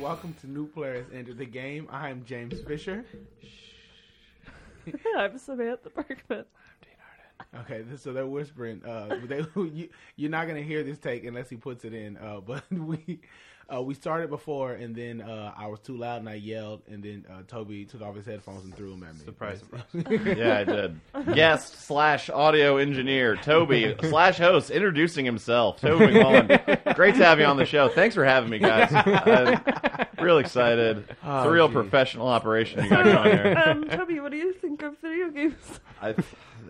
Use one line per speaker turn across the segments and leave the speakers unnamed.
welcome to New Players Enter the Game. I'm James Fisher.
I'm Samantha Bergman.
Okay, this- so they're whispering. Uh, they, you, you're not gonna hear this take unless he puts it in. Uh, but we uh, we started before, and then uh, I was too loud and I yelled, and then uh, Toby took off his headphones and threw them at me.
Surprise,
surprise!
Yeah, I did. Guest slash audio engineer Toby slash host introducing himself. Toby McMullen. Great to have you on the show. Thanks for having me, guys. i real excited. it's
Oh,
a real
geez.
professional operation you
So,
got going here.
um, Toby, what do you think of video games?
I,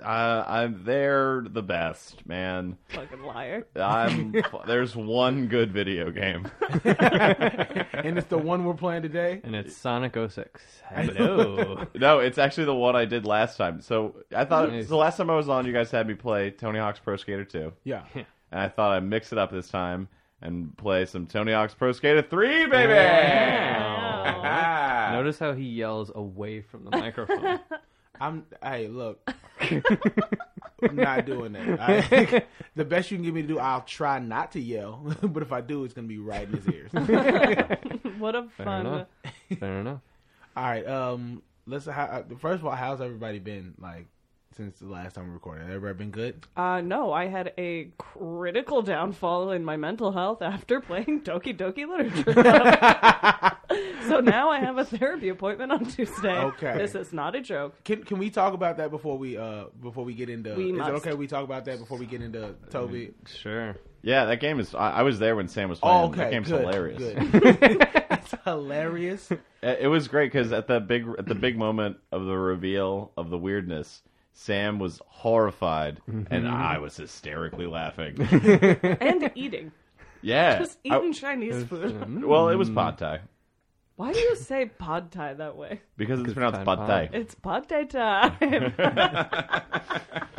I, I'm they're the best, man.
Fucking liar.
I'm there's one good video game.
and it's the one we're playing today.
And it's Sonic 06. Hello.
No, it's actually the one I did last time. So I thought
Nice.
the last time I was on, you guys had me play Tony Hawk's Pro Skater 2.
Yeah.
and I thought I'd mix it up this time and play some Tony Hawk's Pro Skater 3, baby!
Wow.
Notice how he yells away from the microphone.
I'm. Hey, look. I'm not doing that. I, the best you can get me to do, I'll try not to yell. but if I do, it's gonna be right in his ears.
what a
Fair
fun.
enough. Fair enough.
all right. Um. Let's. How, first of all, how's everybody been? Like since the last time we recorded, everybody been good?
Uh, no, I had a critical downfall in my mental health after playing Doki Doki Literature Club. so now I have a therapy appointment on Tuesday.
Okay.
This is not a joke.
Can Can we talk about that before we uh before we get into?
We
is
must.
it okay we talk about that before we get into Toby?
Sure.
Yeah, that game is. I, I was there when Sam was playing.
Oh, okay.
That game's
good,
hilarious.
good.
It,
it's hilarious.
it was great because at the big at the big moment of the reveal of the weirdness, Sam was horrified
Mm-hmm.
and I was hysterically laughing.
And eating.
yeah.
Just
Oh.
I-
eating Chinese food.
well, it was pad thai
Why do you say pod thai that way?
because it's
Good
pronounced
time,
pad thai.
It's pod thai time.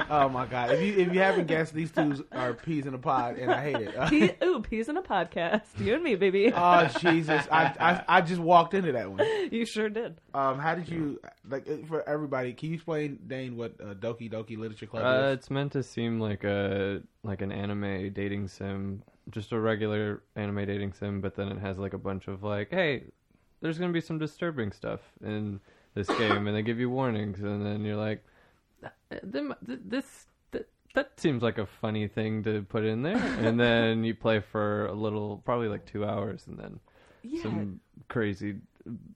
Oh my god! If you if you haven't guessed, these two are peas in a pod, and I hate it.
Pea, ooh, peas in a podcast. You and me, baby.
Uh,
Oh Jesus! I, I I just walked into that one.
you sure did.
Um, how did you like uh, for everybody? Can you explain, Dane, what uh, Doki Doki Literature Club
Uh,
is?
it's meant to seem like a like an anime dating sim, just a regular anime dating sim, but then it has like a bunch of like, hey, there's gonna be some disturbing stuff in this game, and they give you warnings, and then you're like, "Th- uh, th- this. th- That seems like a funny thing to put in there, and then you play for a little, probably like two hours, and then
Yeah.
some crazy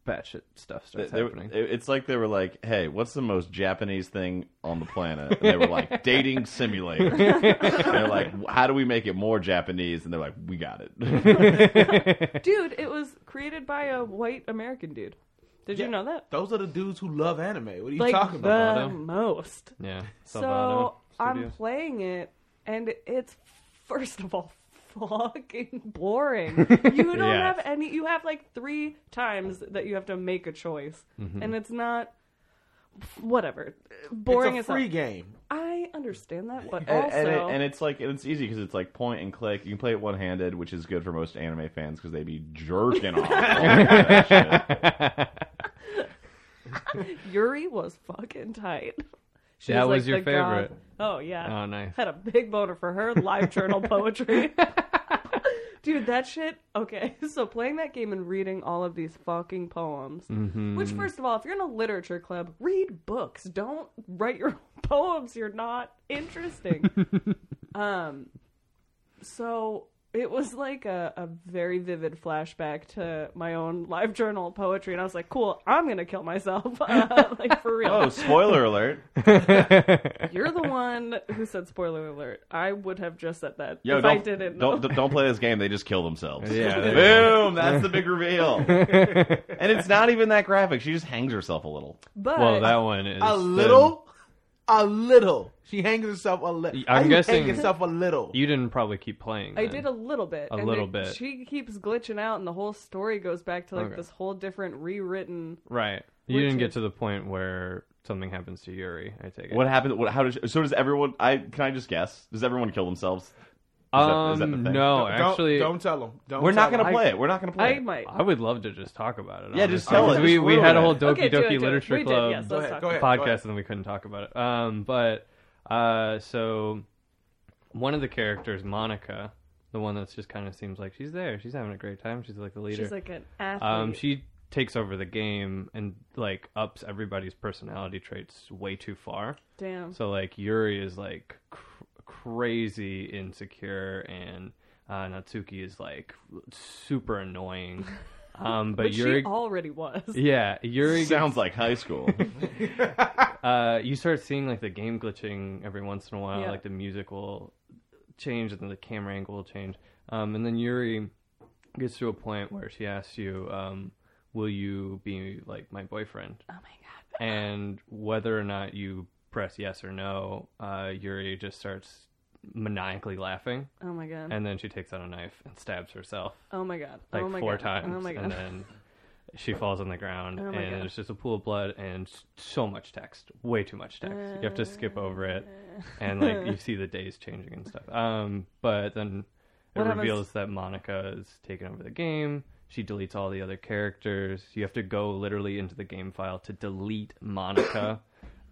batshit stuff starts
They- they-
happening.
it- it's like they were like, "Hey, what's the most Japanese thing on the planet?" And they were like, "Dating simulator." and they're like, "How do we make it more Japanese?" And they're like, "We got it."
Dude, it was created by a white American dude. Did you know that?
Those are the dudes who love anime. What are you
Like
talking
the
about?
Salvado?
most.
yeah.
So
Salvado
I'm
Studios.
playing it, and it's first of all fucking boring. You don't
Yeah.
have any. You have like three times that you have to make a choice, and it's not. Whatever, boring
It's
as
a free
hell.
game.
I understand that, but
and,
also
and it- and it's like it's easy because it's like point and click. You can play it one handed, which is good for most anime fans because they be jerking Oh, off.
Yuri was fucking tight. She
That was
like
your
the god-
favorite.
Oh yeah.
Oh, nice.
Had a big boner for her live journal poetry. Dude, that shit. Okay, so playing that game and reading all of these fucking poems. Which, first of all, if you're in a literature club, read books. Don't write your own poems. You're not interesting. um, so it was like a, a very vivid flashback to my own live journal poetry, and I was like, "Cool, I'm gonna kill myself." Uh, like for real.
oh, spoiler alert!
You're the one who said spoiler alert. I would have just said that
Yo,
if
don't,
I didn't. know.
don't don't play this game. They just kill themselves.
Yeah, there you
boom! That's the big reveal. and it's not even that graphic. She just hangs herself a little.
But
Well, that one is
A
the-
little, a little. She hangs herself a little.
Y- I'm guessing-
hang herself a little.
You didn't probably keep playing.
I
then.
did a little bit.
A
and
little
it-
bit.
She keeps glitching out, and the whole story goes back to like
Okay.
this whole different rewritten.
right. You
Which
didn't
is-
get to the point where something happens to Yuri. I take it.
What happened? What, how does? So does everyone? I can I just guess? Does everyone kill themselves? Is
Um,
is the thing?
no,
Don't-
actually,
don't tell them. Don't
we're not
tell
gonna
'em.
play it. We're not gonna play
I
it.
might.
I would love to just talk about it.
Yeah, just
honestly,
tell
because
it.
We
Just
we
ruin
had
it.
a whole Doki
Okay, do it,
Doki
do it.
Literature
We did,
Club
yes,
Go ahead.
Let's
Go
talk
ahead. go ahead.
podcast, and we couldn't talk about it. Um, but uh, so one of the characters, Monica, the the one that's just kind of seems like she's there. She's having a great time. She's like the leader.
She's like an athlete.
um, she takes over the game and like ups everybody's personality traits way too far.
Damn.
So like Yuri is like cr- crazy insecure, and uh, Natsuki is like super annoying. Um, but,
but
Yuri,
she already was.
yeah, Yuri, gets-
Sounds like high school.
uh, you start seeing like the game glitching every once in a while,
Yeah.
like the music will change and then the camera angle will change, um, and then Yuri gets to a point where she asks you, um, "Will you be like my boyfriend?"
Oh my god.
and whether or not you press yes or no, uh, Yuri just starts maniacally laughing,
Oh my god.
and then she takes out a knife and stabs herself
oh my god.
like
oh my
four
god.
times,
Oh my god.
and then she falls on the ground,
Oh my
and
God.
there's just a pool of blood and s- so much text, way too much text. you have to skip over it,
Uh.
and like you see the days changing and stuff. Um, but then it
What happens-
reveals that Monica is taking over the game. She deletes all the other characters. You have to go literally into the game file to delete Monica,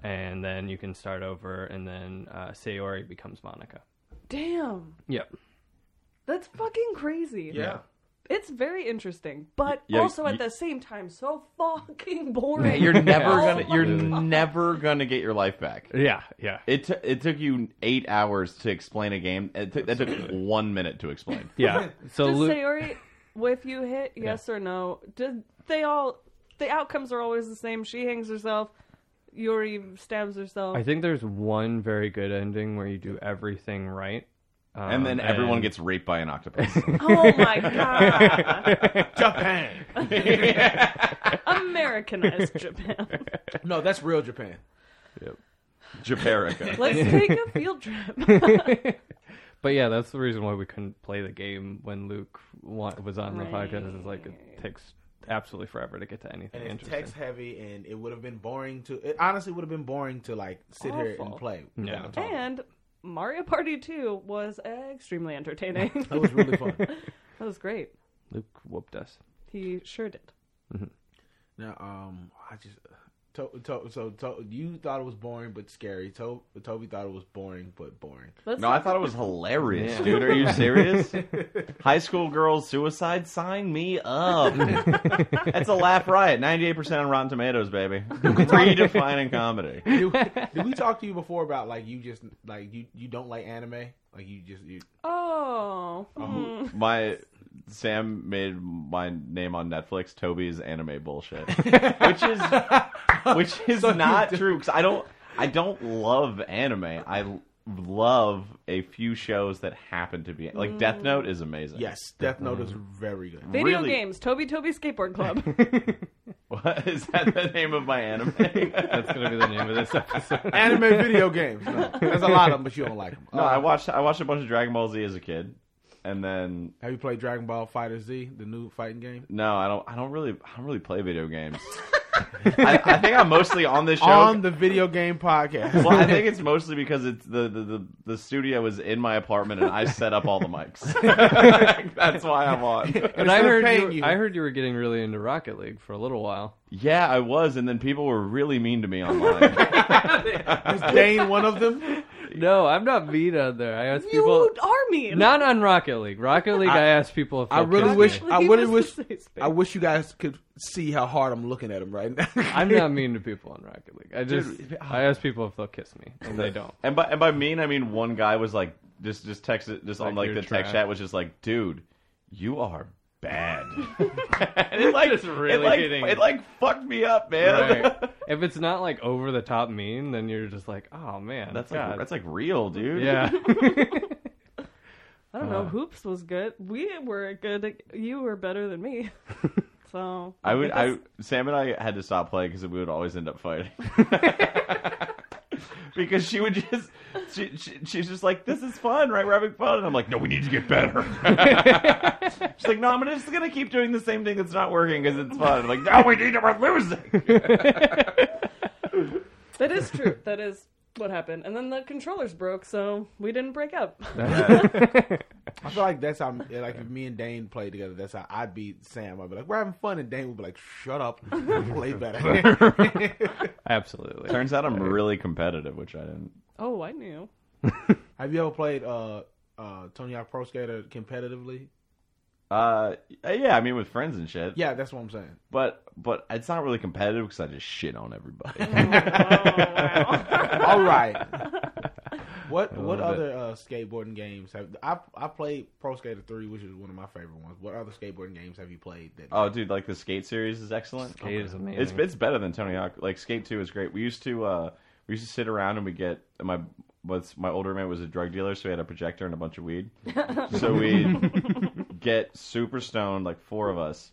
and then you can start over. And then uh, Sayori becomes Monica.
Damn.
Yep.
That's fucking crazy.
Yeah.
It's very interesting, but
Yeah,
also at
you-
the same time so fucking boring.
You're never
Oh
gonna.
my
You're
God.
never gonna get your life back.
Yeah. Yeah.
It t- it took you eight hours to explain a game. It took that took one minute to explain.
Yeah. So
Does
Lu-
Sayori, if you hit yes or no, did they all? The outcomes are always the same. She hangs herself. Yuri stabs herself.
I think there's one very good ending where you do everything right, um,
And then everyone gets raped by an octopus.
oh my god!
Japan.
Americanized Japan.
No, that's real Japan.
Japerica.
Let's take a field trip.
But yeah, that's the reason why we couldn't play the game when Luke wa- was on the podcast. Is like it takes absolutely forever to get to anything
And it's
interesting.
text heavy, and it would have been boring to. It honestly would have been boring to like sit here and
Awful.
play.
Yeah.
without talking.
and Mario Party Two was extremely entertaining.
It was really fun.
that was great.
Luke whooped us.
He sure did.
Now, um, I just to, to, so to, you thought it was boring but scary. To, Toby thought it was boring but boring.
Let's
No, I thought it was hilarious,
Yeah.
dude. Are you serious? High school girls suicide? Sign me up. That's a laugh riot. 98% on Rotten Tomatoes, baby. Redefining comedy.
Did, did we talk to you before about like you just like you you don't like anime? Like you just you
Oh,
Uh-huh.
hmm.
My Sam made my name on Netflix Toby's anime bullshit, which is which is not true cuz I don't I don't love anime. I love a few shows that happen to be like Death Note is amazing.
yes, Death Note is very good.
video
Really?
games. Toby Toby Skateboard Club.
What is that the name of my anime?
That's gonna be the name of this episode.
anime video games. No, there's a lot of them, but you don't like them.
No, I watched I watched a bunch of Dragon Ball Z as a kid, and then
Have you played Dragon Ball Fighter Z, the new fighting game?
no, I don't I don't really I don't really play video games. I, I think I'm mostly on this show.
On the video game podcast.
well, I think it's mostly because it's the, the, the, the studio is in my apartment and I set up all the mics. That's why I'm on.
But I
still
heard
paying
you,
you.
I heard you were getting really into Rocket League for a little while.
Yeah, I was, and then people were really mean to me online.
Is Dane one of them?
No, I'm not mean on there. I asked people.
you are mean.
Not on Rocket League. Rocket League, I, asked people if
I
they'll
really wish.
kiss me.
I
He
really wish.
was the safe space.
I wish you guys could see how hard I'm looking at him right now.
I'm not mean to people on Rocket League. I just
Dude,
I ask people if they'll kiss me, and they don't.
And by and by mean I mean one guy was like just just texted just on
Like,
like the
you're
text
trash.
chat was just like, dude, you are bad. and it like
Just really
it like,
hitting.
it like fucked me up, man.
Right. if it's not like over the top mean, then you're just like, oh man,
That's like
God.
that's like real, dude.
yeah.
I don't
Uh-huh.
know. Hoops was good. We were good. You were better than me. so
I would.
think
I
that's-
Sam and I had to stop playing because we would always end up fighting. because she would just, she, she she's just like, "This is fun, right? We're having fun." And I'm like, "No, we need to get better." she's like, "No, I'm just gonna keep doing the same thing that's not working because it's fun." I'm like, "No, we need to. We're losing."
that is true. that is what happened. And then the controllers broke, so we didn't break up.
I feel like that's how, like, if me and Dane play together, that's how I beat Sam. I'd be like, we're having fun, and Dane would be like, shut up, play better.
Absolutely.
Turns out I'm really competitive, which I didn't.
oh, I knew.
Have you ever played uh, uh, Tony Hawk Pro Skater competitively?
Uh, yeah, I mean with friends and shit.
Yeah, that's what I'm saying.
But but it's not really competitive because I just shit on everybody.
All right. What
A
what
little
other uh, skateboarding games have I I played Pro Skater 3, which is one of my favorite ones. What other skateboarding games have you played that Uh,
oh, dude, like the skate series is excellent.
Skate is amazing.
It's it's better than Tony Hawk. Like Skate Two is great. We used to uh, we used to sit around and we get my what's my older man was a drug dealer, so he had a projector and a bunch of weed. so we get super stoned, like four of us.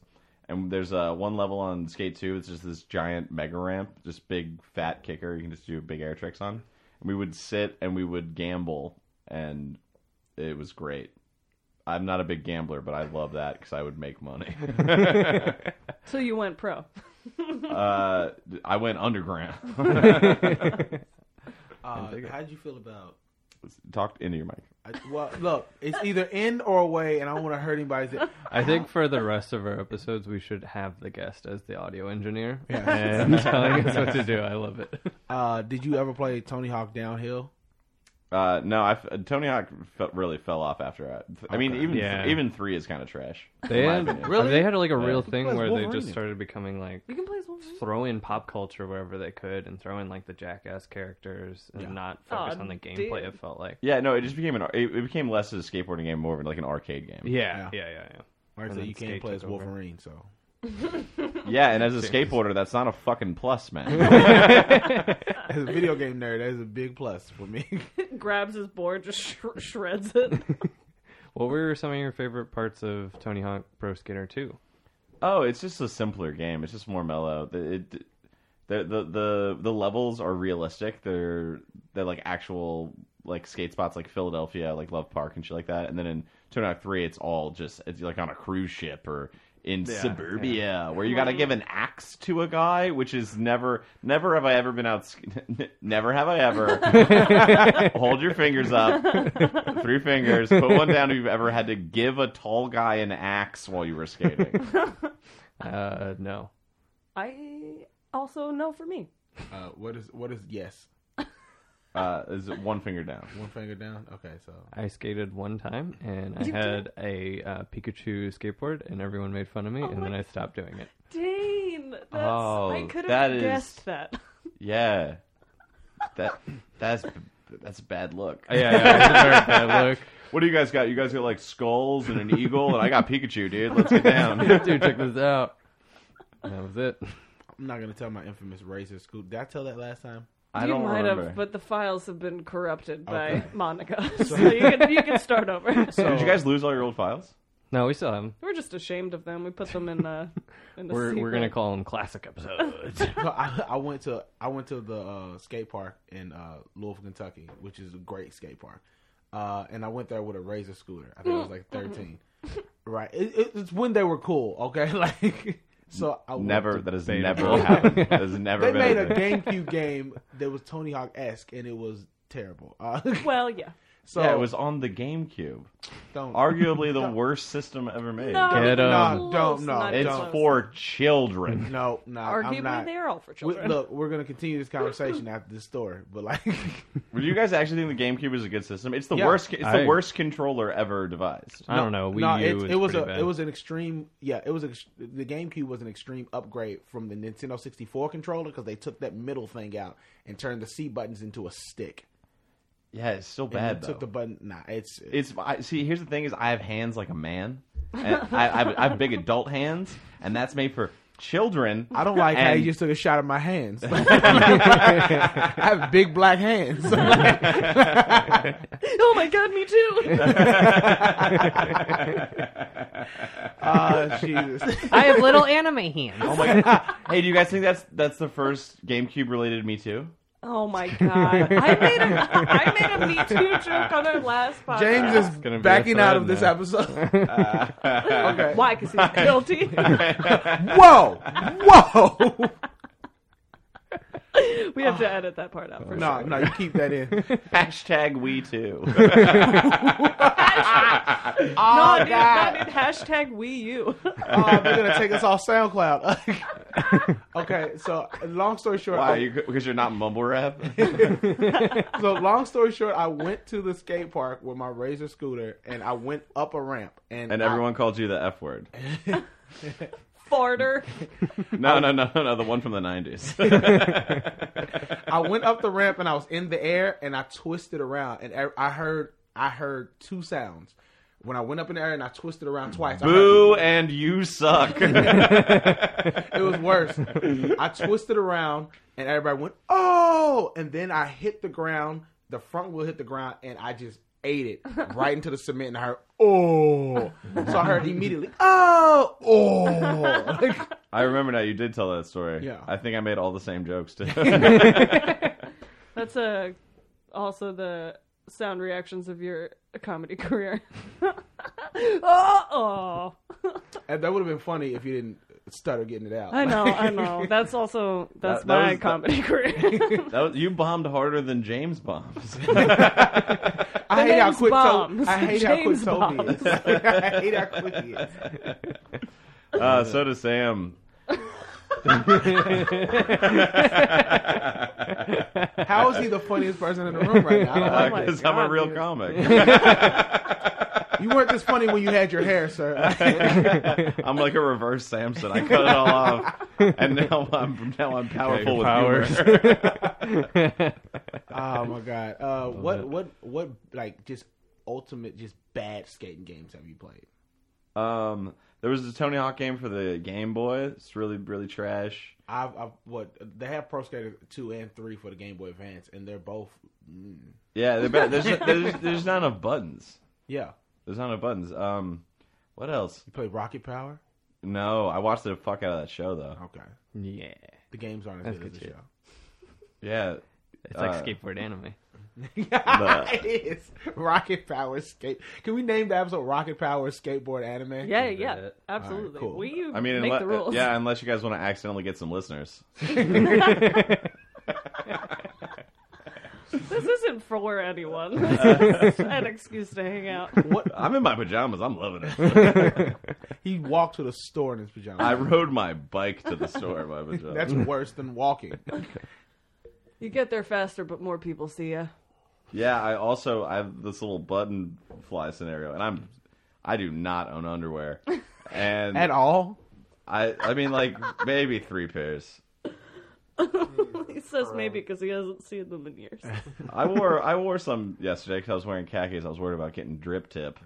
And there's uh, one level on Skate Two. It's just this giant mega ramp, just big fat kicker. You can just do big air tricks on. And we would sit and we would gamble, and it was great. I'm not a big gambler, but I love that because I would make money.
so you went pro.
uh, I went underground.
uh, how'd you feel about
Talk into your mic.
I, well, look, it's either in or away, and I don't want to hurt anybody's.
I think for the rest of our episodes, we should have the guest as the audio engineer
Yeah.
and telling us what to do. I love it.
Uh, did you ever play Tony Hawk Downhill?
Uh, no, I f- Tony Hawk fe- really fell off after. I, I mean, even
Yeah.
even three is kind of trash.
They had,
Really?
they had like a real
Yeah.
thing
Because
where they
Wolverine.
just started becoming like
You can play as Wolverine.
throw in pop culture wherever they could and throw in like the jackass characters and
Yeah.
not focus
Aw,
on the gameplay.
dude.
It felt like
Yeah, no, it just became an. ar- It, it became less of a skateboarding game, more of like an arcade game.
yeah,
Yeah.
yeah, yeah,
Like
yeah.
I
And
said,
then
you can't
Skate
play as
took over.
Wolverine, so
Yeah, and as a
Jesus.
skateboarder, that's not a fucking plus, man.
as a video game nerd, that is a big plus for me.
Grabs his board, just sh- shreds it.
What were some of your favorite parts of Tony Hawk Pro Skater 2?
oh, it's just a simpler game. It's just more mellow. The- It, the, the the the levels are realistic. They're they're like actual like skate spots like Philadelphia, like Love Park and shit like that. And then in Tony Hawk Three, it's all just it's like on a cruise ship or in suburbia where you got to give an axe to a guy, which is never never have I ever been out. sk- Never have I ever. Hold your fingers up, three fingers. Put one down if you've ever had to give a tall guy an axe while you were skating.
Uh, no.
I also know for me.
Uh, what is what is yes?
Uh, is it one finger down?
One finger down. Okay, so
I skated one time and I
You
had a uh, Pikachu skateboard and everyone made fun of me and
my
then I stopped doing it.
Dane, that's, I
Oh,
could
that
have
is-
guessed that.
Yeah, that that's that's a bad look.
Yeah, yeah, it's a very bad look.
What do you guys got? You guys got like skulls and an eagle, and I got Pikachu, dude. Let's get down.
Dude, check this out. And that was it.
I'm not gonna tell my infamous racist scoop. Did I tell that last time?
I
you
don't
might
remember.
have, but the files have been corrupted by
Okay.
Monica, so you can you can start over.
So
Did you guys lose all your old files?
No, we still have 'em.
We're just ashamed of them. We put them in uh in the
We're, we're
secret.
going to call them classic episodes.
So I, I went to I went to the uh, skate park in uh, Louisville, Kentucky, which is a great skate park. Uh, and I went there with a razor scooter. I think I was like 13. right, it, it, it's when they were cool. Okay, like so. I went
Never.
to-
That has
Beta.
never happened. That has never
They
been.
made a
a thing.
GameCube game that was Tony Hawk esque, and it was terrible. Uh,
Well, yeah.
so
yeah, it was on the GameCube.
don't
Arguably the worst system ever made.
No,
Get 'em.
not
No,
close,
don't, no,
not
It's
close.
for children.
no no. I'm
Arguably,
not.
they are all for
We,
children.
look, we're gonna continue this conversation after this story, but like,
Do you guys actually think the GameCube is a good system? It's the
Yeah.
worst. It's
I-
the worst controller ever devised.
I don't know. We
no,
U
it,
is
it was a
pretty bad.
it was an extreme. Yeah, it was ex- the GameCube was an extreme upgrade from the Nintendo 64 controller because they took that middle thing out and turned the C buttons into a stick.
Yeah, it's still
And you
bad though.
took the button. Nah, it's
It's I, see. Here's the thing: is I have hands like a man, and I, I, have, I have big adult hands, and that's made for children.
I don't like how
And-
you just took a shot at my hands. I have big black hands.
oh my god, me too.
Ah, Jesus.
I have little anime hands.
Oh my god! hey, do you guys think that's that's the first GameCube related Me Too?
oh my god, I made a I made a Me Too joke on our last podcast.
James
gonna be
is
a
backing out of
thread
this
now.
episode. okay.
why? Because he's guilty.
Whoa! Whoa!
we have to edit that part out for
No,
sure.
no, you keep that in.
Hashtag we too.
No,
Oh,
dude,
God.
no, dude, hashtag we you.
oh, they're gonna take us off SoundCloud. okay, so long story short,
Why?
I-
Because you, are not mumble rap.
so long story short, I went to the skate park with my razor scooter, and I went up a ramp, and
And
I-
everyone called you the F word.
Farter.
No, no, no, no, no. The one from the nineties.
I went up the ramp and I was in the air and I twisted around and er, I- I heard I heard two sounds. When I went up in the air and I twisted around twice. I heard-
Boo and you suck.
it was worse. I twisted around and everybody went, "Oh!" And then I hit the ground. The front wheel hit the ground and I just ate it right into the cement and I heard, "Oh!" So I heard immediately, "Oh, oh!" Like,
I remember now. You did tell that story.
Yeah.
I think I made all the same jokes too.
That's uh, also the sound reactions of your comedy career. oh, oh.
and that would have been funny if you didn't stutter getting it out.
I know, I know. That's also that's
That- that
my
was-
comedy career.
that was, you bombed harder than James bombs.
I hate how
name's
quick
Bombs.
Toby. I hate
James
how quick Toby
Bombs.
is. I hate how quick he is.
Uh, so does Sam.
Oh How is he the funniest person in the room right now? I don't like
Because
this.
Uh, I'm a
God,
real
dude.
comic.
You weren't this funny when you had your hair, sir.
I'm like a reverse Samson. I cut it all off, and now I'm now I'm powerful with
powers.
humor.
oh my god. Uh, what what what like just ultimate just bad skating games have you played?
Um, there was a Tony Hawk game for the Game Boy. It's really really trash.
I've, I've what they have Pro Skater two and three for the Game Boy Advance, and they're both mm,
Yeah, they're bad. There's, there's there's not enough buttons.
yeah.
There's not enough buttons. Um, what else?
You played Rocket Power?
No, I watched the fuck out of that show though.
Okay,
yeah.
the games aren't as
That's
good as
good
the
shit.
show.
Yeah,
It's like
Uh,
skateboard anime.
it is Rocket Power skate. Can we name the episode Rocket Power skateboard anime?
yeah,
did
yeah,
it.
absolutely.
Alright, cool.
We you
I mean,
make
unle-
the rules.
yeah, unless you guys want to accidentally get some listeners.
This isn't for anyone. This is an excuse to hang out.
What
I'm in my pajamas. I'm loving it.
he walked to the store in his pajamas.
I rode my bike to the store in my pajamas.
That's worse than walking.
You get there faster, but more people see you.
Yeah, I also I have this little button fly scenario, and I'm I do not own underwear, and
At all?
I I mean like maybe three pairs.
He says maybe because he hasn't seen them in years.
I wore I wore some yesterday because I was wearing khakis. I was worried about getting drip tip.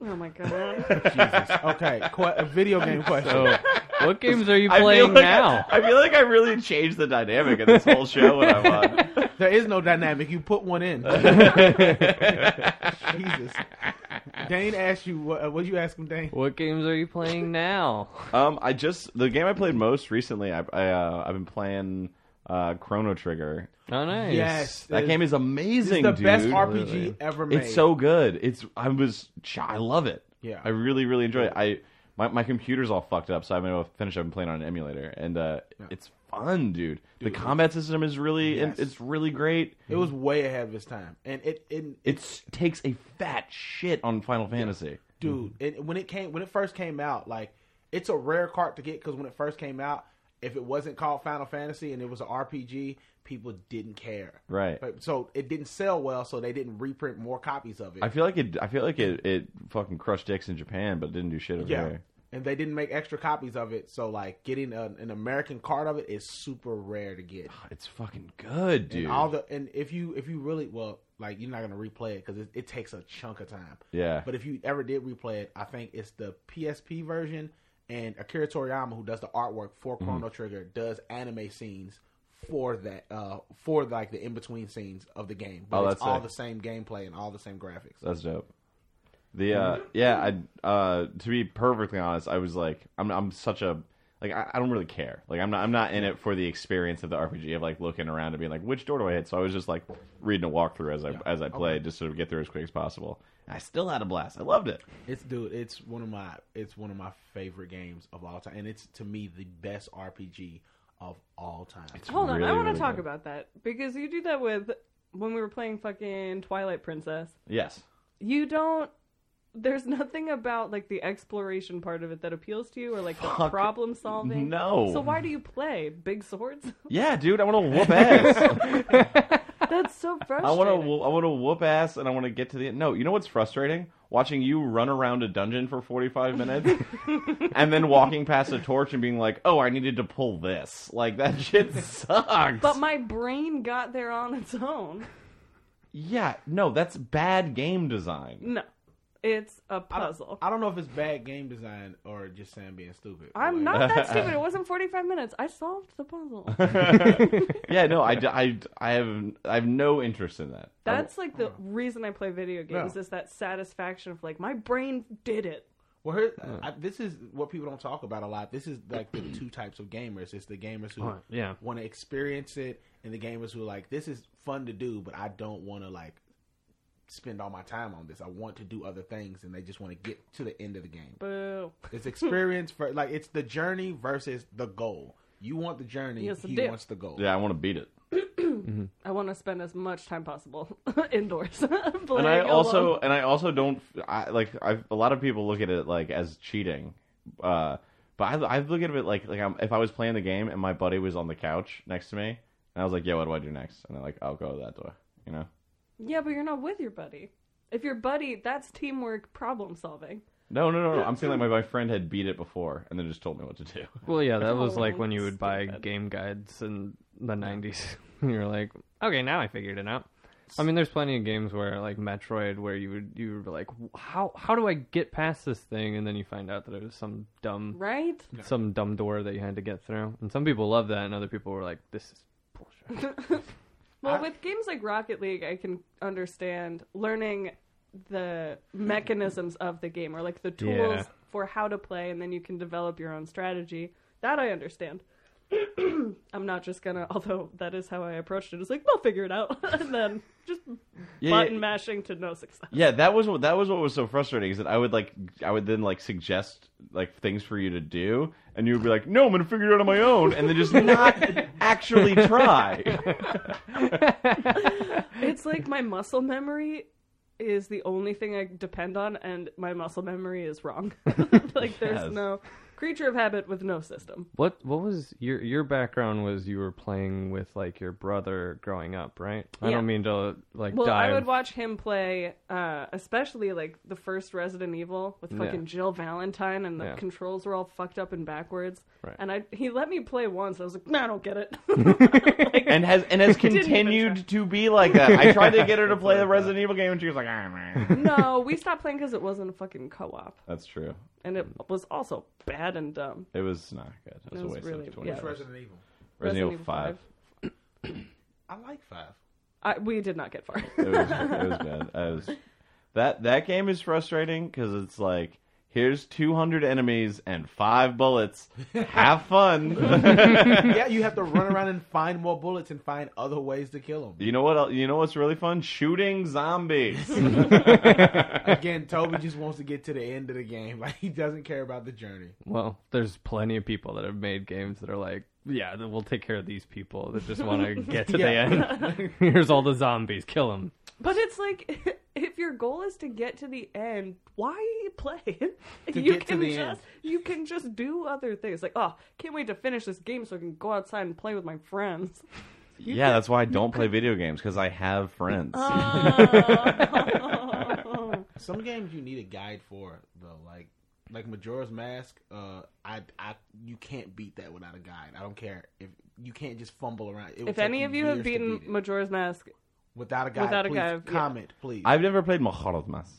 Oh my god.
Jesus. Okay, qu- a video game question.
So, what games are you
I feel
playing
like I-
now?
I, feel like I really changed the dynamic of this whole show when I'm on.
There is no dynamic. You put one in. Jesus. Dane asked you, what would you ask him, Dane?
What games are you playing now?
Um, I just the game I played most recently. I, I uh, I've been playing uh Chrono Trigger.
Oh, nice.
Yes.
That game is
This
amazing.
is the
dude.
best RPG
Literally.
ever made.
It's so good. It's I was ch- I love it.
Yeah.
I really really enjoy it. I my, my computer's all fucked up, so I've been able to finish up and playing on an emulator, and uh, it's fun, dude. The combat system is really
Yes.
it's really great.
It was way ahead of its time, and it, it, it
It takes a fat shit on Final Fantasy.
dude, it, when it came, when it first came out, like it's a rare card to get because when it first came out, if it wasn't called Final Fantasy and it was an RPG, people didn't care.
Right.
But, so it didn't sell well, so they didn't reprint more copies of it.
I feel like it. I feel like it. It fucking crushed dicks in Japan, but didn't do shit over
Yeah.
there.
And they didn't make extra copies of it, so like getting an, an American card of it is super rare to get.
It's fucking good, dude.
And all the and if you if you really well like you're not gonna replay it because it, it takes a chunk of time.
Yeah.
But if you ever did replay it, I think it's the PSP version and Akira Toriyama who does the artwork for
Mm-hmm.
Chrono Trigger does anime scenes for that uh for like the in between scenes of the game. But
Oh,
it's
that's
all
sick.
the same gameplay and all the same graphics.
That's dope. The uh, yeah, I uh, to be perfectly honest, I was like, I'm I'm such a like I, I don't really care. Like I'm not I'm not in it for the experience of the RPG of like looking around and being like, which door do I hit? So I was just like reading a walkthrough as I as I played, just sort of get through as quick as possible. And I still had a blast. I loved it.
It's dude, it's one of my it's one of my favorite games of all time, and it's to me the best RPG of all time.
Hold on, I
really,
want to
really
talk
good.
about that because you do that with when we were playing fucking Twilight Princess.
Yes.
You don't. There's nothing about like the exploration part of it that appeals to you, or like the
Fuck.
problem solving.
No.
So why do you play big swords?
Yeah, dude, I want to whoop ass.
That's so frustrating.
I want to. I want to whoop ass, and I want to get to the. No, you know what's frustrating? Watching you run around a dungeon for forty-five minutes, and then walking past a torch and being like, "Oh, I needed to pull this." Like that shit sucks.
But my brain got there on its own.
yeah, no, that's bad game design.
No, it's a
I don't-
puzzle.
I don't know if it's bad game design or just Sam being stupid.
I'm
Like,
not that stupid. It wasn't 45 minutes. I solved the puzzle.
Yeah, no, I, d- I, I have I have no interest in that. I
That's like the reason I play video games
No.
is that satisfaction of like my brain did it.
Well, here,
Uh.
I, this is what people don't talk about a lot. This is like the two types of gamers. It's the gamers who
Right, yeah.
want to experience it, and the gamers who are like, this is fun to do, but I don't want to like spend all my time on this. I want to do other things, and they just want to get to the end of the game.
Boo.
It's experience for like it's the journey versus the goal. You want the journey,
Yes, I
he
do.
wants the goal.
don't- yeah, I want to beat it.
I want to spend as much time possible indoors. playing
and I also
alone.
and I also don't I, like I, a lot of people look at it like as cheating, uh, but I, I look at it like like I'm, if I was playing the game and my buddy was on the couch next to me and I was like, yeah, what do I do next? And they're like, I'll go that door, you know?
Yeah, but you're not with your buddy. If your buddy, that's teamwork problem solving.
No, no, no, no. I'm saying like my, my friend had beat it before and then just told me what to do.
Well, yeah, that was
Oh,
like when you would buy
stupid.
game guides in the '90s. you were like, okay, now I figured it out. I mean, there's plenty of games where, like Metroid, where you would you would be like, how how do I get past this thing? And then you find out that it was some dumb
Right?
some dumb door that you had to get through. And some people love that, and other people were like, this is bullshit.
Well,
I-
with games like Rocket League, I can understand learning the mechanisms of the game or like the tools
Yeah.
for how to play, and then you can develop your own strategy. That I understand. I'm not just gonna, although that is how I approached it. It's like, we'll figure it out. and then just
Yeah,
button
yeah,
mashing to no success.
yeah, that was what that was what was so frustrating is that I would like I would then like suggest like things for you to do and you would be like, no, I'm gonna figure it out on my own, and then just not actually try.
It's like my muscle memory is the only thing I depend on, and my muscle memory is wrong. like, there's
Yes.
no creature of habit with no system.
What what was your your background? Was you were playing with like your brother growing up, right? I
Yeah.
don't mean to like
Well,
dive.
I would watch him play, uh, especially like the first Resident Evil with fucking
Yeah.
Jill Valentine, and the
Yeah.
controls were all fucked up and backwards.
Right.
And I, he let me play once. I was like, nah, I don't get it. Like,
and has and has
Didn't even
continued to be like that. I tried to get her to play the Resident Evil game, and she was like, ah, man.
no, we stopped playing because it wasn't a fucking co-op,
"That's true.
and it
Mm.
was also bad and dumb.
It was not good. It was,
was
a waste
really-
of twenty
yeah.
hours. Resident,
Resident Evil.
Evil Five.
I like five.
I, we did not get far.
It was, it was bad. I was, that that game is frustrating because it's like here's two hundred enemies and five bullets. Have fun.
yeah, you have to run around and find more bullets and find other ways to kill them.
you know what? el- You know what's really fun? Shooting zombies.
Again, Toby just wants to get to the end of the game. Like he doesn't care about the journey.
Well, there's plenty of people that have made games that are like, yeah, then we'll take care of these people that just want to get to
Yeah.
the end. Here's all the zombies, kill them.
But it's like, if your goal is to get to the end, why play? you
get to
can
the
just
end.
you can just do other things. Like, oh, can't wait to finish this game so I can go outside and play with my friends.
yeah, that's why I don't play video games because I have friends.
Oh.
Some games you need a guide for though, like like Majora's Mask. Uh, I I you can't beat that without a guide. I don't care if you can't just fumble around. It would
if
take
any
you
of you have
years to
beaten
beat it.
Majora's Mask,
without a guide,
without a
please
guide, yeah.
comment, please.
I've never played Majora's Mask.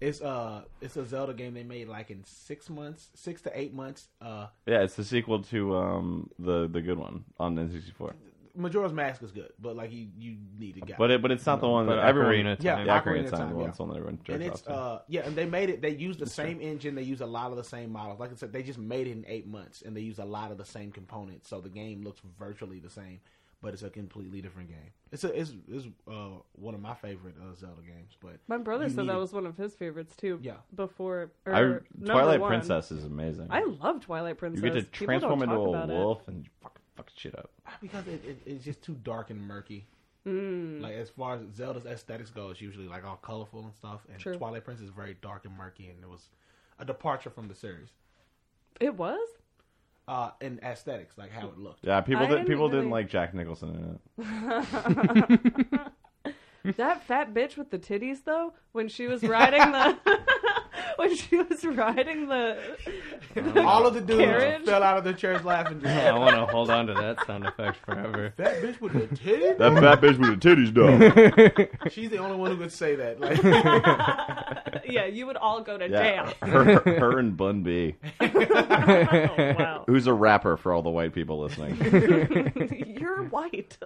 It's uh it's a Zelda game they made like in six months, six to eight months. Uh,
Yeah, it's the sequel to um the the good one on N64.
Majora's Mask is good, but like you you need a guide.
But it, but it's not the one
But
that everyone.
Ocarina of
yeah,
Time.
Yeah,
Ocarina
Ocarina
of
of Time,
Time,
the one
yeah.
that's on that everyone
and
jerks
it's
off to.
uh yeah, and they made it. They used the same engine. They used a lot of the same models. Like I said, they just made it in eight months, and they used a lot of the same components. So the game looks virtually the same. but it's a completely different game. It's a, it's, it's uh, one of my favorite uh, Zelda games, but
My brother
You
said
need
that
it.
was one of his favorites too.
Yeah.
Before or
I,
number
Twilight
one.
Princess is amazing.
I love Twilight
you
Princess.
get to
People don't
transform into
talk
a
about it.
wolf and you fuck, fuck shit up.
because it, it, it's just too dark and murky.
Mm.
Like as far as Zelda's aesthetics go, it's usually like all colorful and stuff. And
True.
Twilight Princess is very dark and murky, and it was a departure from the series
It was.
uh, in aesthetics, like how it looked.
Yeah, people
I
did,
didn't
people didn't
really-
like Jack Nicholson in it.
That fat bitch with the titties though, when she was riding the when she was riding the
All of the dudes
Carriage?
fell out of the chairs laughing. Just,
I want to hold on to that sound effect forever.
that bitch with the titty.
That fat bitch with the titties, though.
She's the only one who could say that. Like,
Yeah, you would all go to
yeah, her, her and Bun B,
jail. Oh wow.
who's a rapper for all the white people listening.
You're white.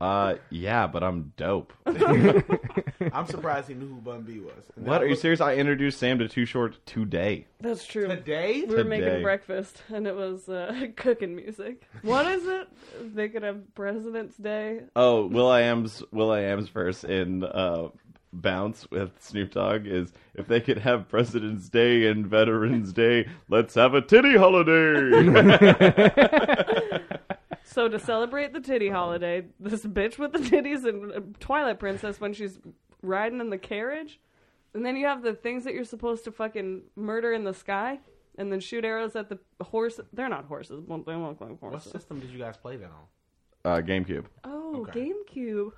Uh, yeah, but I'm dope.
I'm surprised he knew who Bun B was. And
What
that
are you
was-
serious? I introduced Sam to Too Short today.
That's true.
Today?
We were
Today.
making breakfast and it was uh, cooking music. What is it? They could have President's Day.
Oh, Will I Am's Will I Am's verse in uh, Bounce with Snoop Dogg is if they could have President's Day and Veterans Day, let's have a titty holiday.
So to celebrate the titty holiday, this bitch with the titties and uh, Twilight Princess when she's riding in the carriage, and then you have the things that you're supposed to fucking murder in the sky, and then shoot arrows at the horse. They're not horses. Well, they don't look like
What
horses.
system did you guys play that on?
uh, GameCube.
Oh,
Okay.
GameCube.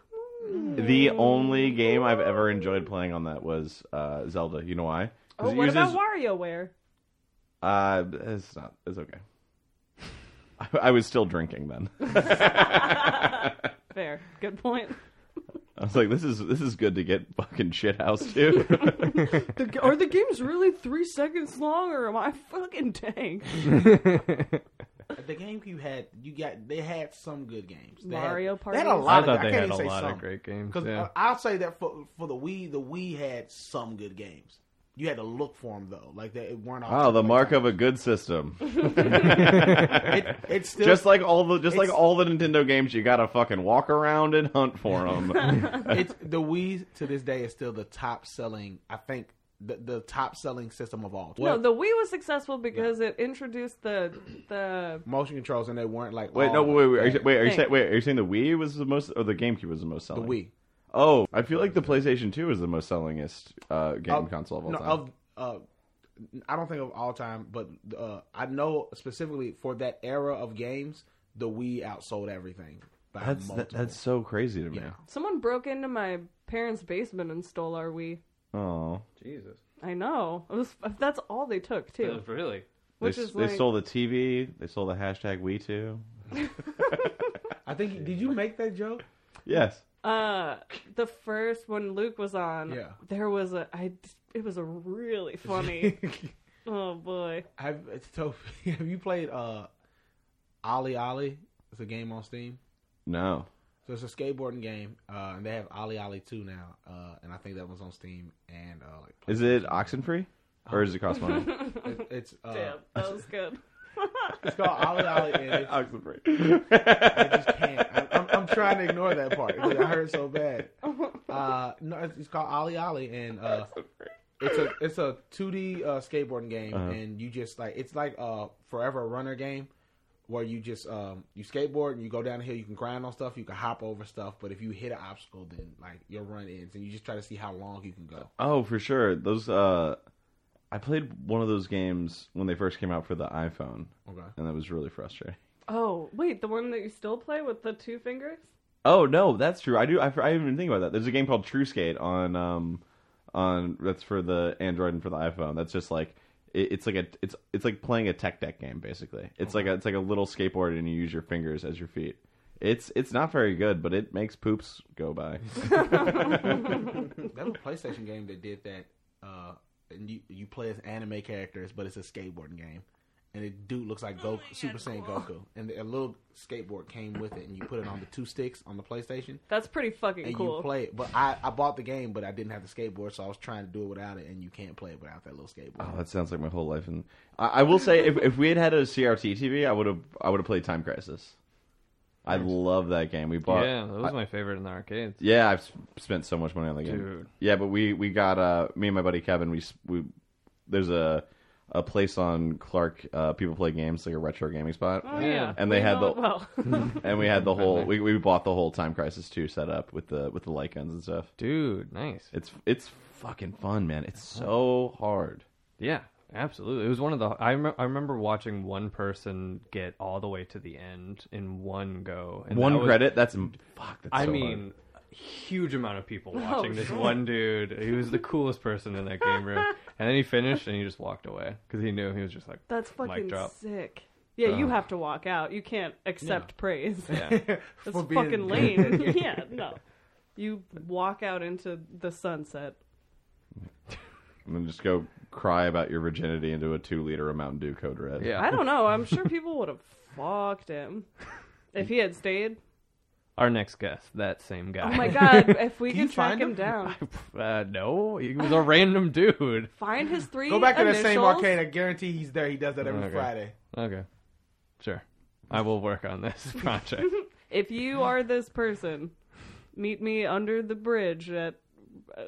Hmm.
The only game I've ever enjoyed playing on that was uh, Zelda. You know why?
Oh,
'Cause it
what
uses-
about WarioWare?
Uh, it's not. It's okay. I, I was still drinking then.
Fair. Good point.
I was like, this is this is good to get fucking shit house too.
The, are the games really three seconds long, or am I fucking tanked?
The GameCube had you got they had some good games. They
Mario
had, They had a
Party?
lot
I thought
of.
they
I can't
had a
even say
lot
some.
of great games.
Because
yeah.
I'll say that for for the Wii, the Wii had some good games. You had to look for them though, like they it weren't. all
Wow, Ah, Oh, the mark of a good system.
it, it's still
just like all the just like
It's-
all the Nintendo games, you gotta fucking walk around and hunt for them.
it's the Wii to this day is still the top selling. I think the the top selling system of all.
No, the Wii was successful because it introduced the the
motion controls and they weren't like
wait, no,
all
wait, wait, are you, wait, are you
Thanks.
saying wait? Are you saying the Wii was the most or the GameCube was the most
the
selling?
Wii
Oh, I feel like the PlayStation Two is the most sellingest uh, game console of all
no,
time.
Of, uh, I don't think of all time, but uh, I know specifically for that era of games, the Wii outsold everything. By
that's that,
multiple.
that's so crazy to me.
Yeah.
Someone broke into my parents' basement and stole our Wii.
Oh,
Jesus.
I know. It was, that's all they took too.
Really?
they,
Which
s-
is
they
like,
stole the TV. They stole the hashtag Wii Two.
I think. Did you make that joke?
Yes.
uh the first when Luke was on.
Yeah.
There was a I. It was a really funny. oh boy.
Have so, have you played uh, Ollie Ollie? It's a game on Steam.
No.
So it's a skateboarding game, uh, and they have Ollie Ollie two now, uh, and I think that one's on Steam and uh, like
Is it oxen free or does it cost money?
it- it's uh,
Damn, that was good.
it's called Ollie Ollie, and it's,
oxen free.
I just can't. I'm, I'm, I'm trying to ignore that part because it hurt so bad. Uh, no, it's, it's called Ollie Ollie, and uh, it's a it's a 2D uh, skateboarding game,
Uh-huh.
and you just like it's like a Forever Runner game where you just um, you skateboard and you go down the hill. You can grind on stuff, you can hop over stuff, but if you hit an obstacle, then like your run ends, and you just try to see how long you can go.
Oh, for sure. Those uh I played one of those games when they first came out for the iPhone
Okay.
and that was really frustrating.
Oh wait, the one that you still play with the two fingers?
Oh, no, that's true. I do I, I didn't even think about that. There's a game called True Skate on um on that's for the Android and for the iPhone. That's just like it, it's like a it's it's like playing a tech deck game basically. It's like a, it's like a little skateboard and you use your fingers as your feet. It's it's not very good, but it makes poops go by.
That was a PlayStation game that did that. Uh, and you you play as anime characters, but it's a skateboarding game. And the dude looks like
Oh,
Goku, Super Saiyan Goku, and a little skateboard came with it, and you put it on the two sticks on the PlayStation,
That's pretty fucking
and
cool.
you play it. But I, I bought the game, but I didn't have the skateboard, so I was trying to do it without it, and you can't play it without that little skateboard.
Oh, that sounds like my whole life. And I, I will say, if if we had had a CRT TV, I would have I would have played Time Crisis. I love that game. We bought.
yeah, that was my favorite in the arcades.
Yeah, I've s- spent so much money on the game.
Dude.
Yeah, but we we got uh me and my buddy Kevin. We s- we there's a a place on Clark. Uh, people play games like a retro gaming spot.
Oh yeah,
And they
We
had
know
the-
it well.
And we had the whole we, we bought the whole Time Crisis 2 set up with the with the light guns and stuff.
Dude, nice.
It's it's fucking fun, man. It's so hard.
Yeah, absolutely. It was one of the. I, rem- I remember watching one person get all the way to the end in one go. And
One
that was-
credit. That's fuck. That's
I
so
mean, a huge amount of people
Oh,
watching this
sure.
one dude. He was the coolest person in that game room. And then he finished and he just walked away because he knew he was just like,
That's
Mic
fucking
drop.
sick. Yeah, you have to walk out. You can't accept praise. That's
For being
fucking lame. yeah, no. You walk out into the sunset.
and then just go cry about your virginity into a two liter of Mountain Dew Code Red.
yeah.
I don't know. I'm sure people would have fucked him if he had stayed.
Our next guest, that same guy.
Oh my god! If we
Can you
can track
find
him
him?
down,
Uh, no, he was a random dude.
find his three.
Go back to that
initials.
same arcade. I guarantee he's there. He does that every
Okay.
Friday.
Okay, sure. I will work on this project.
If you are this person, meet me under the bridge at uh,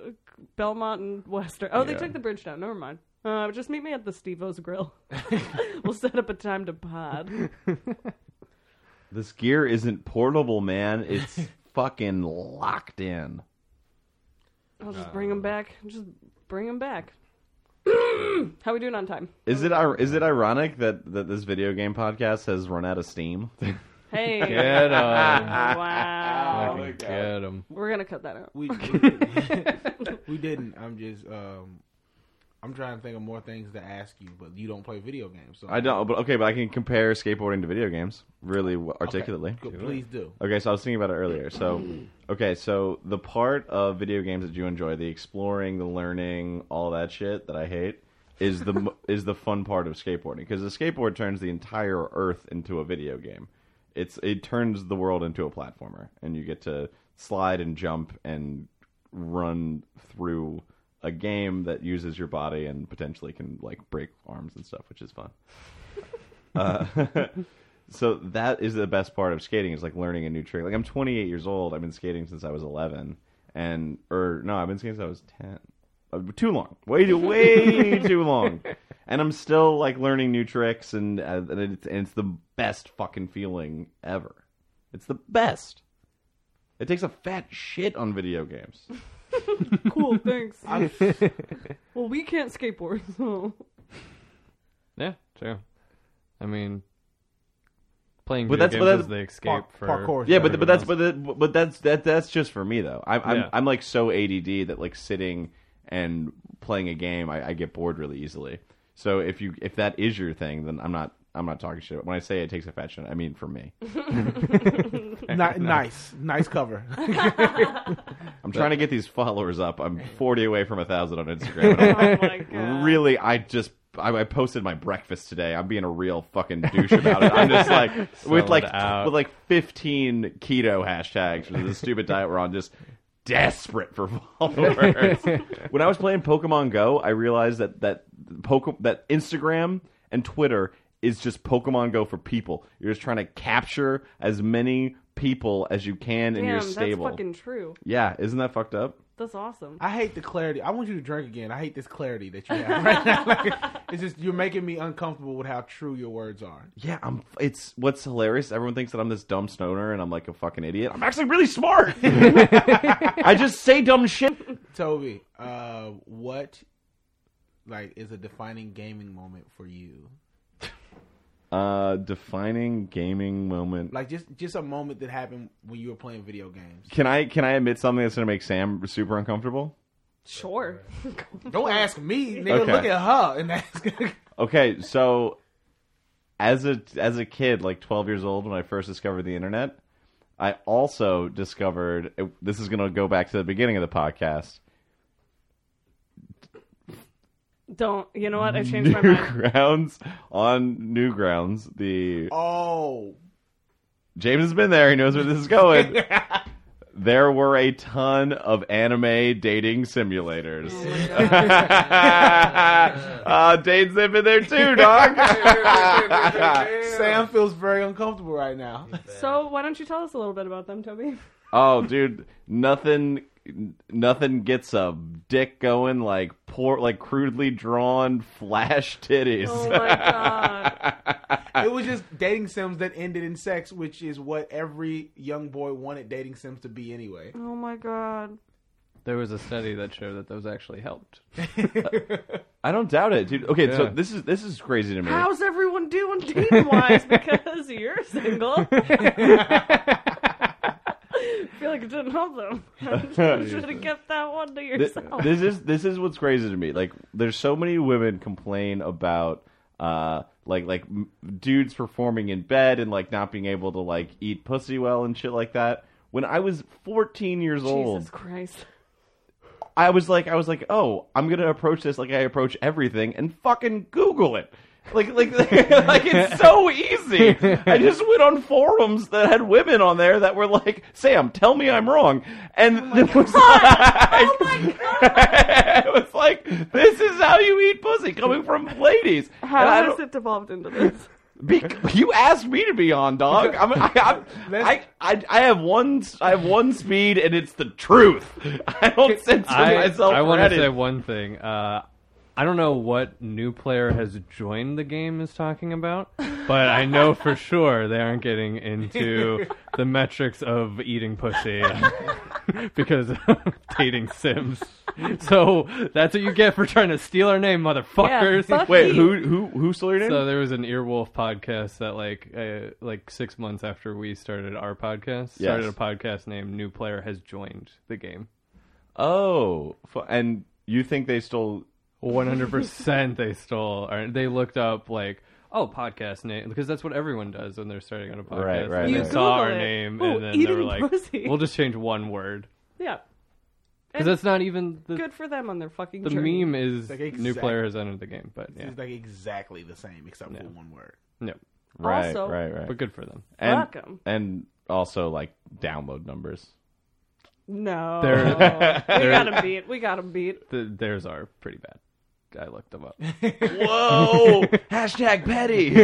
Belmont and Western. Oh, they
Yeah.
took the bridge down. Never mind. Uh, just meet me at the Stevo's Grill. we'll set up a time to pod.
This gear isn't portable, man. It's fucking locked in.
I'll just bring him back. Just bring him back. How we doing on time?
Is it ir- is it ironic that that this video game podcast has run out of steam?
Hey.
Get
Oh
him.
Wow.
my
Fucking
God.
Get him.
We're gonna cut that out.
We we didn't. I'm just um, I'm trying to think of more things to ask you, but you don't play video games. So
I don't. But okay, but I can compare skateboarding to video games really w- articulately.
Go- please do.
Okay, so I was thinking about it earlier. So, okay, so the part of video games that you enjoy, the exploring, the learning, all that shit that I hate, is the mo- is the fun part of skateboarding because the skateboard turns the entire earth into a video game. It's it turns the world into a platformer, and you get to slide and jump and run through a game that uses your body and potentially can like break arms and stuff, which is fun. Uh, So that is the best part of skating is like learning a new trick. Like I'm 28 years old. I've been skating since I was 11, and or no, I've been skating since I was 10. Uh, too long, way too way too long, and I'm still like learning new tricks, and uh, and, it's, and it's the best fucking feeling ever. It's the best. It takes a fat shit on video games.
Cool, thanks. well, we can't skateboard, so
Yeah, true. I mean, playing
But that's-
video games
but
is
that's-
the escape
Park-
for
parkour is
Yeah, but
everyone
but that's
else.
but that, but that's that that's just for me though. I'm I'm,
Yeah.
I'm like so ADD that like sitting and playing a game, I, I get bored really easily. So if you if that is your thing, then I'm not I'm not talking shit. When I say it takes a fat shit, I mean for me.
Ni- Nice, nice cover.
I'm trying to get these followers up. I'm 40 away from a thousand on Instagram. And
oh my god.
I'm really, I just. I I posted my breakfast today. I'm being a real fucking douche about it. I'm just like with
Sold
like
out.
with like 15 keto hashtags for the stupid diet we're on. Just desperate for followers. when I was playing Pokemon Go, I realized that that Poke, that Instagram and Twitter is just Pokemon Go for people. You're just trying to capture as many people as you can
Damn,
in your
that's
stable.
fucking true.
Yeah, isn't that fucked up?
That's awesome.
I hate the clarity. I want you to drink again. I hate this clarity that you have right now. Like, it's just you're making me uncomfortable with how true your words are.
Yeah, I'm. It's what's hilarious. Everyone thinks that I'm this dumb stoner and I'm like a fucking idiot. I'm actually really smart. I just say dumb shit.
Toby, uh, what like is a defining gaming moment for you?
Uh, defining gaming moment.
Like just just a moment that happened when you were playing video games.
Can I can I admit something that's gonna make Sam super uncomfortable?
Sure.
Don't ask me, nigga.
Okay.
Look at her and ask.
Okay, so as a as a kid, like 12 years old, when I first discovered the internet, I also discovered this is gonna go back to the beginning of the podcast.
Don't. You know what? I changed my mind.
Newgrounds on Newgrounds, the
oh,
James has been there. He knows where this is going. there were a ton of anime dating simulators.
Oh my God.
uh, Dane's in there too, dog.
Sam feels very uncomfortable right now.
So why don't you tell us a little bit about them, Toby?
oh, dude, nothing, nothing gets a dick going like poor, like crudely drawn flash titties.
Oh my god.
It was just dating sims that ended in sex, which is what every young boy wanted dating sims to be anyway.
Oh my god.
There was a study that showed that those actually helped.
I don't doubt it, dude. Okay, so
Yeah.
this is this is crazy to me.
How's everyone doing dating wise? Because you're single. I feel like it didn't help them. you should have kept that one to
Th-
yourself.
this is this is what's crazy to me. Like, there's so many women complain about uh like like m- dudes performing in bed and like not being able to like eat pussy well and shit like that. When I was 14 years
Jesus
old,
Christ.
I was like I was like, "Oh, I'm going to approach this like I approach everything and fucking Google it." Like like like it's so easy. I just went on forums that had women on there that were like, "Sam, tell me I'm wrong."
Oh
And it was like it was like, this is how you eat pussy coming from ladies.
How
And I
has
don't-
it devolved into this?
bec- you asked me to be on, dog. I'm, I, I'm, I, I, I have one, I have one speed, and it's the truth. I don't censor
I,
myself.
I
for
want to
edit.
say one thing. Uh, I don't know what new player has joined the game is talking about, but I know for sure they aren't getting into the metrics of eating pussy uh, because of dating Sims. So that's what you get for trying to steal our name, motherfuckers.
fuck
Wait, who, who, who stole your name?
So there was an Earwolf podcast that like uh, like six months after we started our podcast, started a
Yes.
podcast named New Player Has Joined the Game.
oh, fu- and you think they stole?
One hundred percent, they stole. Or they looked up like oh podcast name because that's what everyone does when they're starting on a podcast.
Right, right,
And
right.
they saw our
Google it.
name
Oh,
and then they were
eating
like,
pussy.
we'll just change one word
Yeah.
because that's not even the
Good for them on their fucking
the
journey.
meme is
Like,
New
exact-
Player Has Entered the Game, but yeah,
It's like exactly the same except for one word.
no,
Right,
Also-
right, right.
but good for them.
and,
Fuck 'em.
and also like download numbers.
No.
They're-
we got him beat. We got him beat.
The, theirs are pretty bad. I looked them up.
Whoa! Hashtag petty.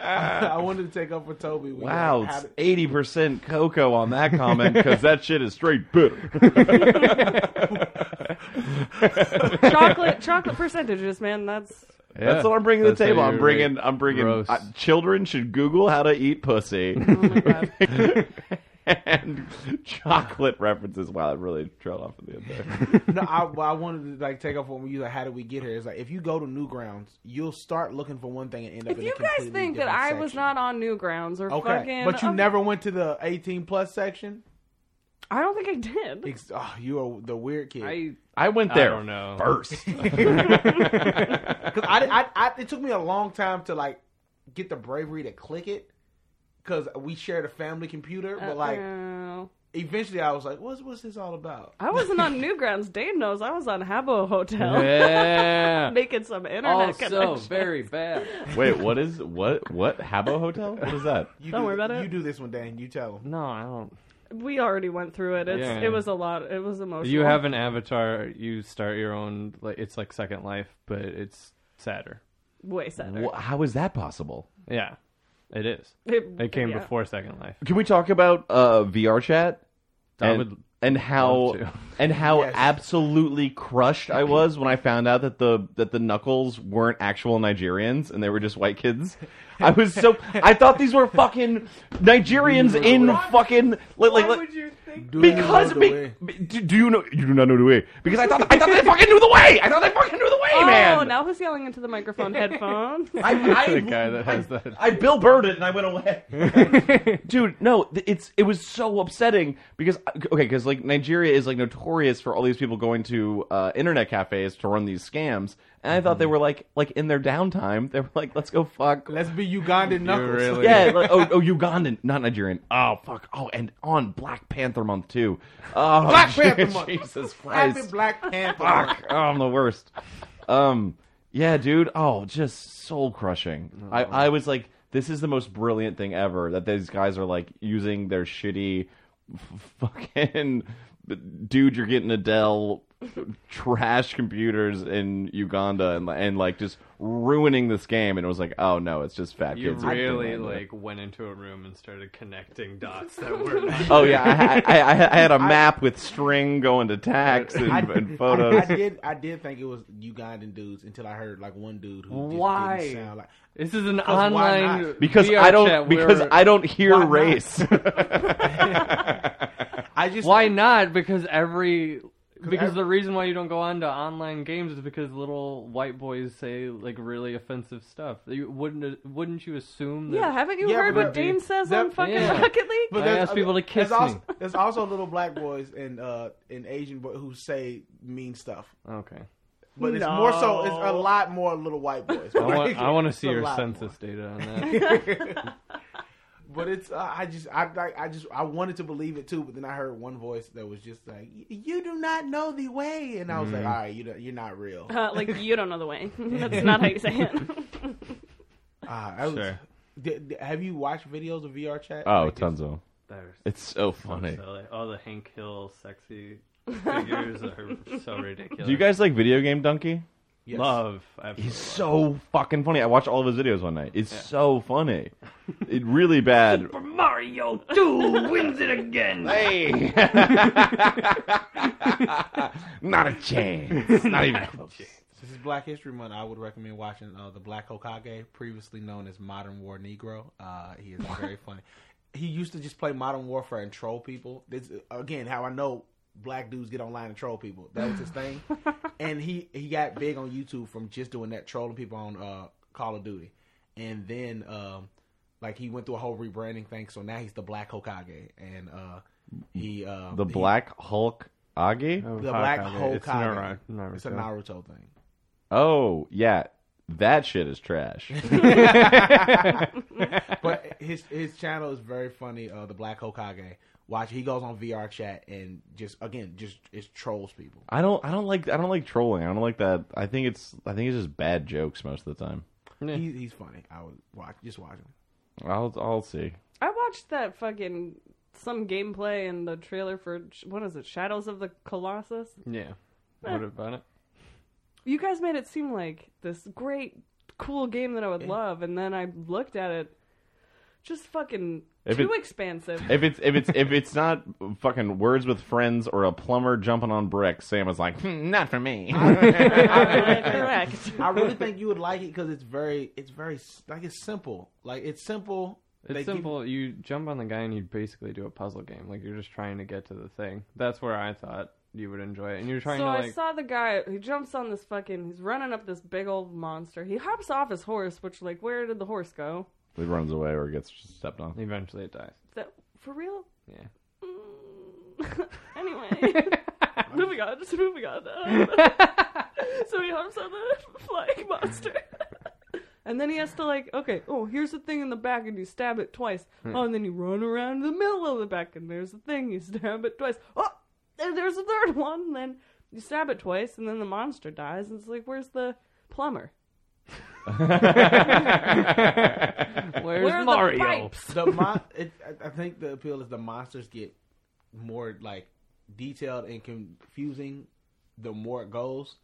I wanted to take up for Toby. We
Wow,
had-
it's eighty percent cocoa on that comment because that shit is straight bitter.
Chocolate chocolate percentages, man. That's
That's what I'm bringing to the
That's how
table.
you
I'm bringing.
rate
I'm bringing.
gross.
uh, children should Google how to eat pussy
oh my god.
and chocolate references. Wow, it really trailed off at the end there.
no, I, well, I wanted to like take up when you like, how did we get here? It's like if you go to Newgrounds, you'll start looking for one thing and end up.
If
in
you
a
guys
completely
think that
different
I was
section.
not on Newgrounds or
okay,
fucking,
but you
um,
never went to the eighteen plus section.
I don't think I did.
Ex- oh, you are the weird kid.
I
I went
I
there
don't know.
first.
Cause I, I, I, it took me a long time to like get the bravery to click it. Cause we shared a family computer, but like
Uh,
eventually I was like, what's what's this all about?
I wasn't on Newgrounds. Dave knows I was on Habbo Hotel,
Yeah.
making some internet connections.
bad.
Wait, what is what? What Habbo Hotel? What is that?
You
Don't
do,
worry about it.
You do this one, Dan. You tell him.
No, I don't.
we already went through it. It's,
Yeah.
It was a lot. It was emotional.
You have an avatar. You start your own. Like it's like Second Life, but it's sadder.
way sadder.
Wha- How is that possible?
Yeah, it is. It came
yeah.
before Second Life.
Can we talk about uh, VR chat?
I
and,
would
and how
love to.
and how
Yes.
absolutely crushed I was when I found out that the that the knuckles weren't actual Nigerians and they were just white kids. I was so I thought these were fucking Nigerians in fucking like like. like-
Do you
because
know the
be-
way?
be- do, do you know you do not know the way? Because I thought I thought they fucking knew the way. I thought they fucking knew the way,
Oh,
man.
now who's yelling into the microphone headphones?
I, I,
The guy that has that.
I Bill Burr'd it and I went away. Dude, no, th- it's it was so upsetting because uh, okay, because like Nigeria is like notorious for all these people going to uh, internet cafes to run these scams, and I thought they were like like in their downtime they were like let's go fuck.
Let's be Ugandan knuckles.
really-
yeah, like, oh, oh, Ugandan, not Nigerian. Oh, fuck. Oh, and on Black Panther month too. Oh,
Black Panther Month.
Jesus Christ.
Happy Black Panther.
Fuck. Oh, I'm the worst. Um, yeah, dude. Oh, just soul crushing. I, I was like, this is the most brilliant thing ever that these guys are like using their shitty f- fucking dude you're getting Adele trash computers in Uganda and and like just ruining this game and it was like oh no it's just fat
You
kids
really like went into a room and started connecting dots that were not
oh yeah I, I, I, I had a map with string going to tax and,
I,
and
I,
photos
I did. I did think it was Ugandan dudes until I heard like one dude who just
Why?
didn't sound like.
This is an
why not?
online
because
VR
I don't
chat
because
where-
I don't hear
Why not?
race.
I just
why not? Because every because
ev-
the reason why you don't go on to online games is because little white boys say like really offensive stuff. You wouldn't wouldn't you assume? That
Yeah, haven't you
Yeah,
heard
but
what
the-
Dane says
that-
on fucking
yeah.
Rocket League?
I
there's
ask people to kiss
there's also,
me.
There's also little black boys and uh and Asian boys who say mean stuff,
Okay.
but it's more so. It's a
No.
lot more little white boys.
I want, I want to
It's
see
a
your
lot more.
census data on that.
But it's uh, I just I like I just I wanted to believe it too, but then I heard one voice that was just like, "Y- "You do not know the way," and I was like,
Mm-hmm.
"All right, you don't- you're not real."
Uh, like you don't know the way. That's not how you say it.
Ah, I was,
Sure.
Did- did- have you watched videos of VR chat?
oh,
Like,
tons of them.
There's
It's so
so
funny.
silly. All the Hank Hill sexy figures are so ridiculous.
Do you guys like video game donkey?
yes.
love? I absolutely
He's
love.
so fucking funny. I watched all of his videos one night. It's so funny. It really bad.
Mario 2 wins it again.
hey, not a chance. Not even close.
This is Black History Month. I would recommend watching uh, the Black Hokage, previously known as Modern War Negro. Uh, he is very funny. He used to just play Modern Warfare and troll people. This again how I know black dudes get online and troll people. That was his thing. and he he got big on YouTube from just doing that, trolling people on uh, Call of Duty. And then um, like he went through a whole rebranding thing, so now he's the Black Hokage, and uh, he uh,
The
he-
Black Hulk Agi.
Oh,
the Black
Hokage.
Hokage.
It's Naruto.
It's a Naruto thing.
Oh yeah, that shit is trash.
but his his channel is very funny. Uh, the Black Hokage. Watch, he goes on VR chat and just again just it trolls people.
I don't. I don't like. I don't like trolling. I don't like that. I think it's. I think it's just bad jokes most of the time.
Yeah.
He, he's funny. I would watch just watch him.
I'll. I'll see.
I watched that fucking some gameplay in the trailer for what is it? Shadows of the Colossus.
Yeah. What about it?
You guys made it seem like this great, cool game that I would love, and then I looked at it, just fucking
If
too
it-
expansive.
If it's if it's if it's not fucking words with friends or a plumber jumping on bricks, Sam was like, hmm, not for me.
Correct.
I really think you would like it because it's very it's very s- like it's simple. Like it's simple.
It's
They give-
simple. You jump on the guy and you basically do a puzzle game. Like you're just trying to get to the thing. That's where I thought you would enjoy it. And you're trying
So
to
I
like
saw the guy. He jumps on this fucking. He's running up this big old monster. He hops off his horse, which like, where did the horse go?
he runs away or gets stepped on.
eventually it dies.
That for real?
Yeah.
Mm. anyway, moving on. Just moving on. Um, so he hops on the flying monster. And then he has to like, okay, oh, here's the thing in the back, and you stab it twice.
Hmm.
Oh, and then you run around the middle of the back, and there's the thing, you stab it twice. Oh, there, there's a third one. And then you stab it twice, and then the monster dies. And it's like, where's the plumber?
Where's
Where are
Mario?
the pipes?
the mon- it, I- I think the appeal is the monsters get more like detailed and confusing the more it goes.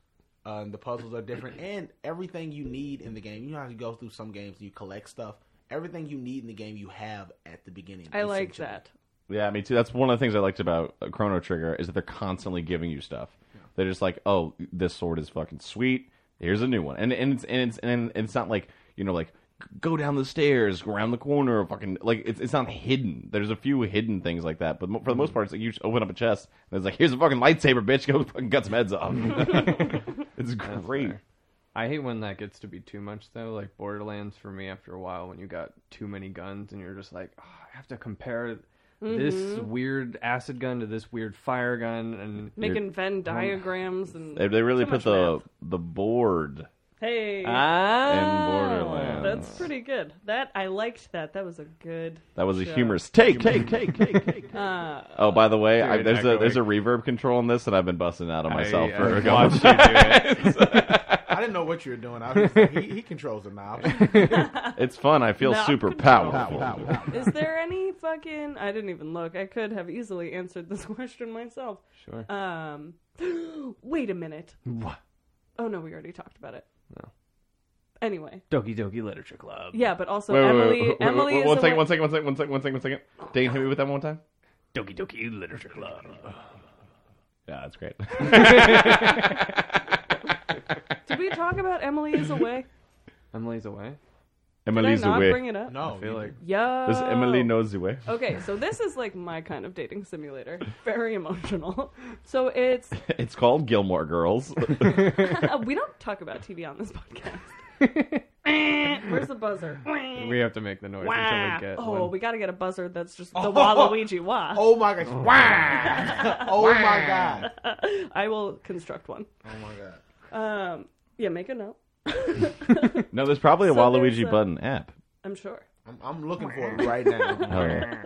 Uh, and the puzzles are different, and everything you need in the game. You know how you go through some games, you collect stuff. Everything you need in the game, you have at the beginning.
I like
essentially.
that.
Yeah, me too. That's one of the things I liked about uh, Chrono Trigger is that they're constantly giving you stuff. They're just like, oh, this sword is fucking sweet. Here's a new one, and and it's and it's and it's not like you know like go down the stairs, go around the corner, fucking like it's it's not hidden. There's a few hidden things like that, but mo- for the most part, it's like you just open up a chest and it's like here's a fucking lightsaber, bitch, go fucking cut some heads off. it's great.
fair. I hate when that gets to be too much though. Like Borderlands for me after a while when you got too many guns and you're just like, "Ah, I have to compare this
Mm-hmm.
weird acid gun to this weird fire gun and
Making Venn diagrams and
They, they really
Too much
put the the board
hey,
in
ah,
Borderlands.
that's pretty good. That I liked that. That was a good.
that was a
show.
humorous take, take, take, take, take.
Uh,
Oh, by the way, I,
Dude,
there's a
echoing.
there's a reverb control in this, and I've been busting out on myself
I,
for
I
a couple.
watched you do it.
I didn't know what you were doing. I was just like, he, he controls the knob.
It's fun. I feel
No.
super
Pow,
powerful.
pow, pow.
Is there any fucking? I didn't even look. I could have easily answered this question myself.
Sure.
Um, wait a minute.
What?
Oh no, we already talked about it.
No.
Anyway,
Doki Doki Literature Club.
yeah, but also
Wait, wait, wait,
Emily.
wait, wait,
Emily
wait,
is
one
a
second,
wa-
one second, one second, one second, one second, one second. Dane, hit me with that one time.
Doki Doki Literature Club.
Yeah, that's great.
Did we talk about Emily is away?
Emily's away.
Did I
Emily's
not
away.
bring it up?
No,
I feel like
Yo.
This Emily knows the way.
Okay, so this is like my kind of dating simulator. Very emotional. So it's
It's called Gilmore Girls.
we don't talk about TV on this podcast. Where's the buzzer?
we have to make the noise until we get.
Oh,
one.
we gotta get a buzzer that's just the Waluigi wah.
Oh my gosh! Wow! Oh my god!
I will construct one.
Oh my god!
Um, yeah, make a note.
no, there's probably a
So there's
Waluigi
a-
button app.
I'm sure.
I'm, I'm looking for it right now.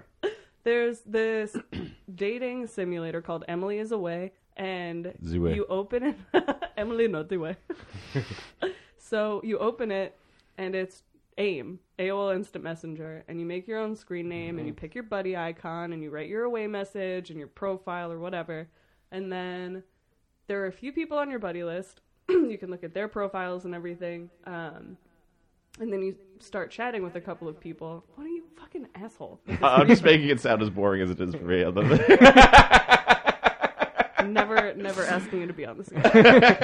Okay.
There's this dating simulator called Emily is Away, and
Zway.
you open it. Emily not the way. so you open it, and it's AIM, AOL Instant Messenger, and you make your own screen name, and you pick your buddy icon, and you write your away message and your profile or whatever, and then there are a few people on your buddy list. you can look at their profiles and everything. Um, and then you start chatting with a couple of people. What are you fucking asshole?
I- I'm just making it sound as boring as it is for me.
never, never asking you to be on this again.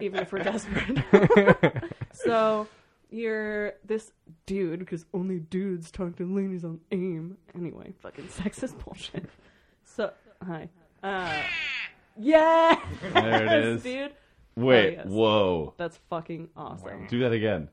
Even if we're desperate. so you're this dude, because only dudes talk to ladies on AIM. Anyway, fucking sexist bullshit. So, hi. Uh, yeah!
there it is.
dude.
Wait,
yes.
whoa.
That's fucking awesome.
Do that again.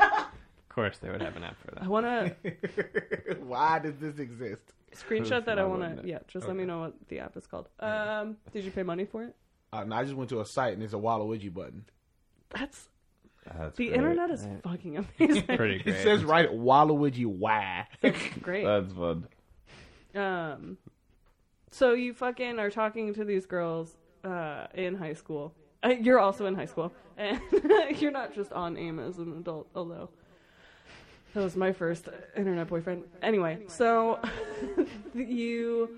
Of course, they would have an app for
I
that.
want to
Why does this exist?
screenshot that. I
Why
want
wouldn't
to,
it?
yeah, just let me know what the app is called. Um, did you pay money for it?
Uh, no, I just went to a site and there's a Waluigi button.
That's
That's
the
great.
internet is fucking amazing.
Pretty
It
great.
says right Waluigi Y.
Great.
That's fun.
Um, so you fucking are talking to these girls uh, in high school. Uh, you're also in high school, and you're not just on AIM as an adult. Although that was my first internet boyfriend. Anyway, so you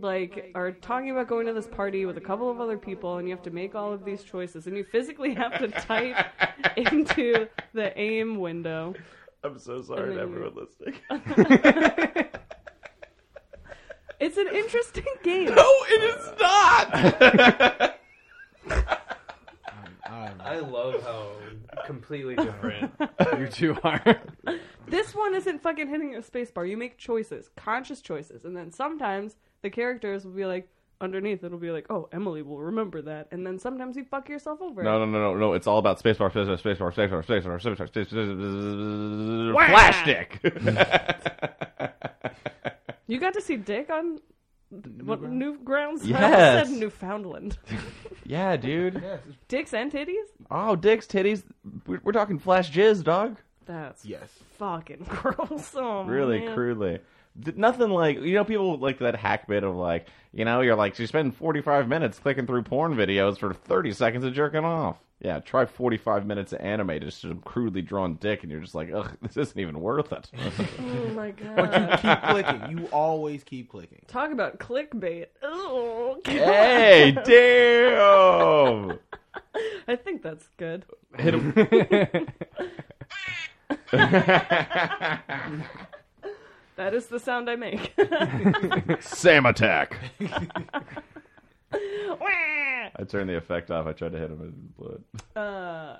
like are talking about going to this party with a couple of other people, and you have to make all of these choices, and you physically have to type into the AIM window.
I'm so
And
sorry to
then you-
everyone listening.
It's an interesting game.
No, Oh, it is
Uh,
not!
Um,
I love how completely different.
you two are.
This one isn't fucking hitting a spacebar. You make choices, conscious choices, and then sometimes the characters will be like underneath. It'll be like, oh, Emily will remember that, and then sometimes you fuck yourself over.
no, no, no, no, no. It's all about spacebar, spacebar, spacebar, spacebar, spacebar, spacebar, spacebar, plastic!
You got to see Dick on what new grounds? I
Yes.
almost said Newfoundland.
yeah, dude.
yes,
Dicks and titties.
Oh, dicks, titties. We're, we're talking flash jizz, dog.
That's
yes.
fucking gross. Oh,
really
man.
crudely. Th- nothing like you know people like that hack bit of like you know you're like you spend 45 minutes clicking through porn videos for 30 seconds of jerking off. Yeah, try 45 minutes of anime to just a crudely drawn dick, and you're just like, ugh, this isn't even worth it.
Oh my
You
god.
keep clicking. You always keep clicking.
Talk about clickbait. Oh,
hey, damn!
I think that's good.
Hit him.
That is the sound I make.
Sam attack. I turned the effect off. I tried to hit him and it blew it.
uh,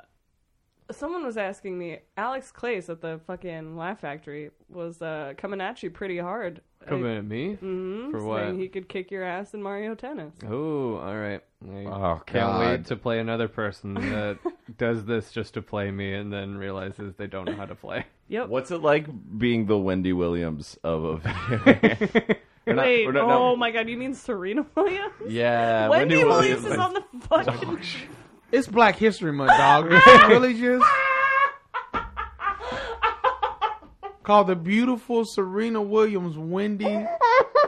someone was asking me, Alex Clays at the fucking Laugh Factory was uh, coming at you pretty hard.
Coming at me?
Mm-hmm.
mm
For what?
He could kick your ass in Mario Tennis.
Uh,
Oh, all right. I
Oh,
can't
God.
wait to play another person that does this just to play me and then realizes they don't know how to play.
Yep.
What's it like being the Wendy Williams of a video? We're not-
Wait,
we're not-
oh
no.
my god, you mean Serena Williams?
Yeah,
Wendy, Williams is on the
Oh,
fucking.
It's Black History Month, dog. really just called the beautiful Serena Williams Wendy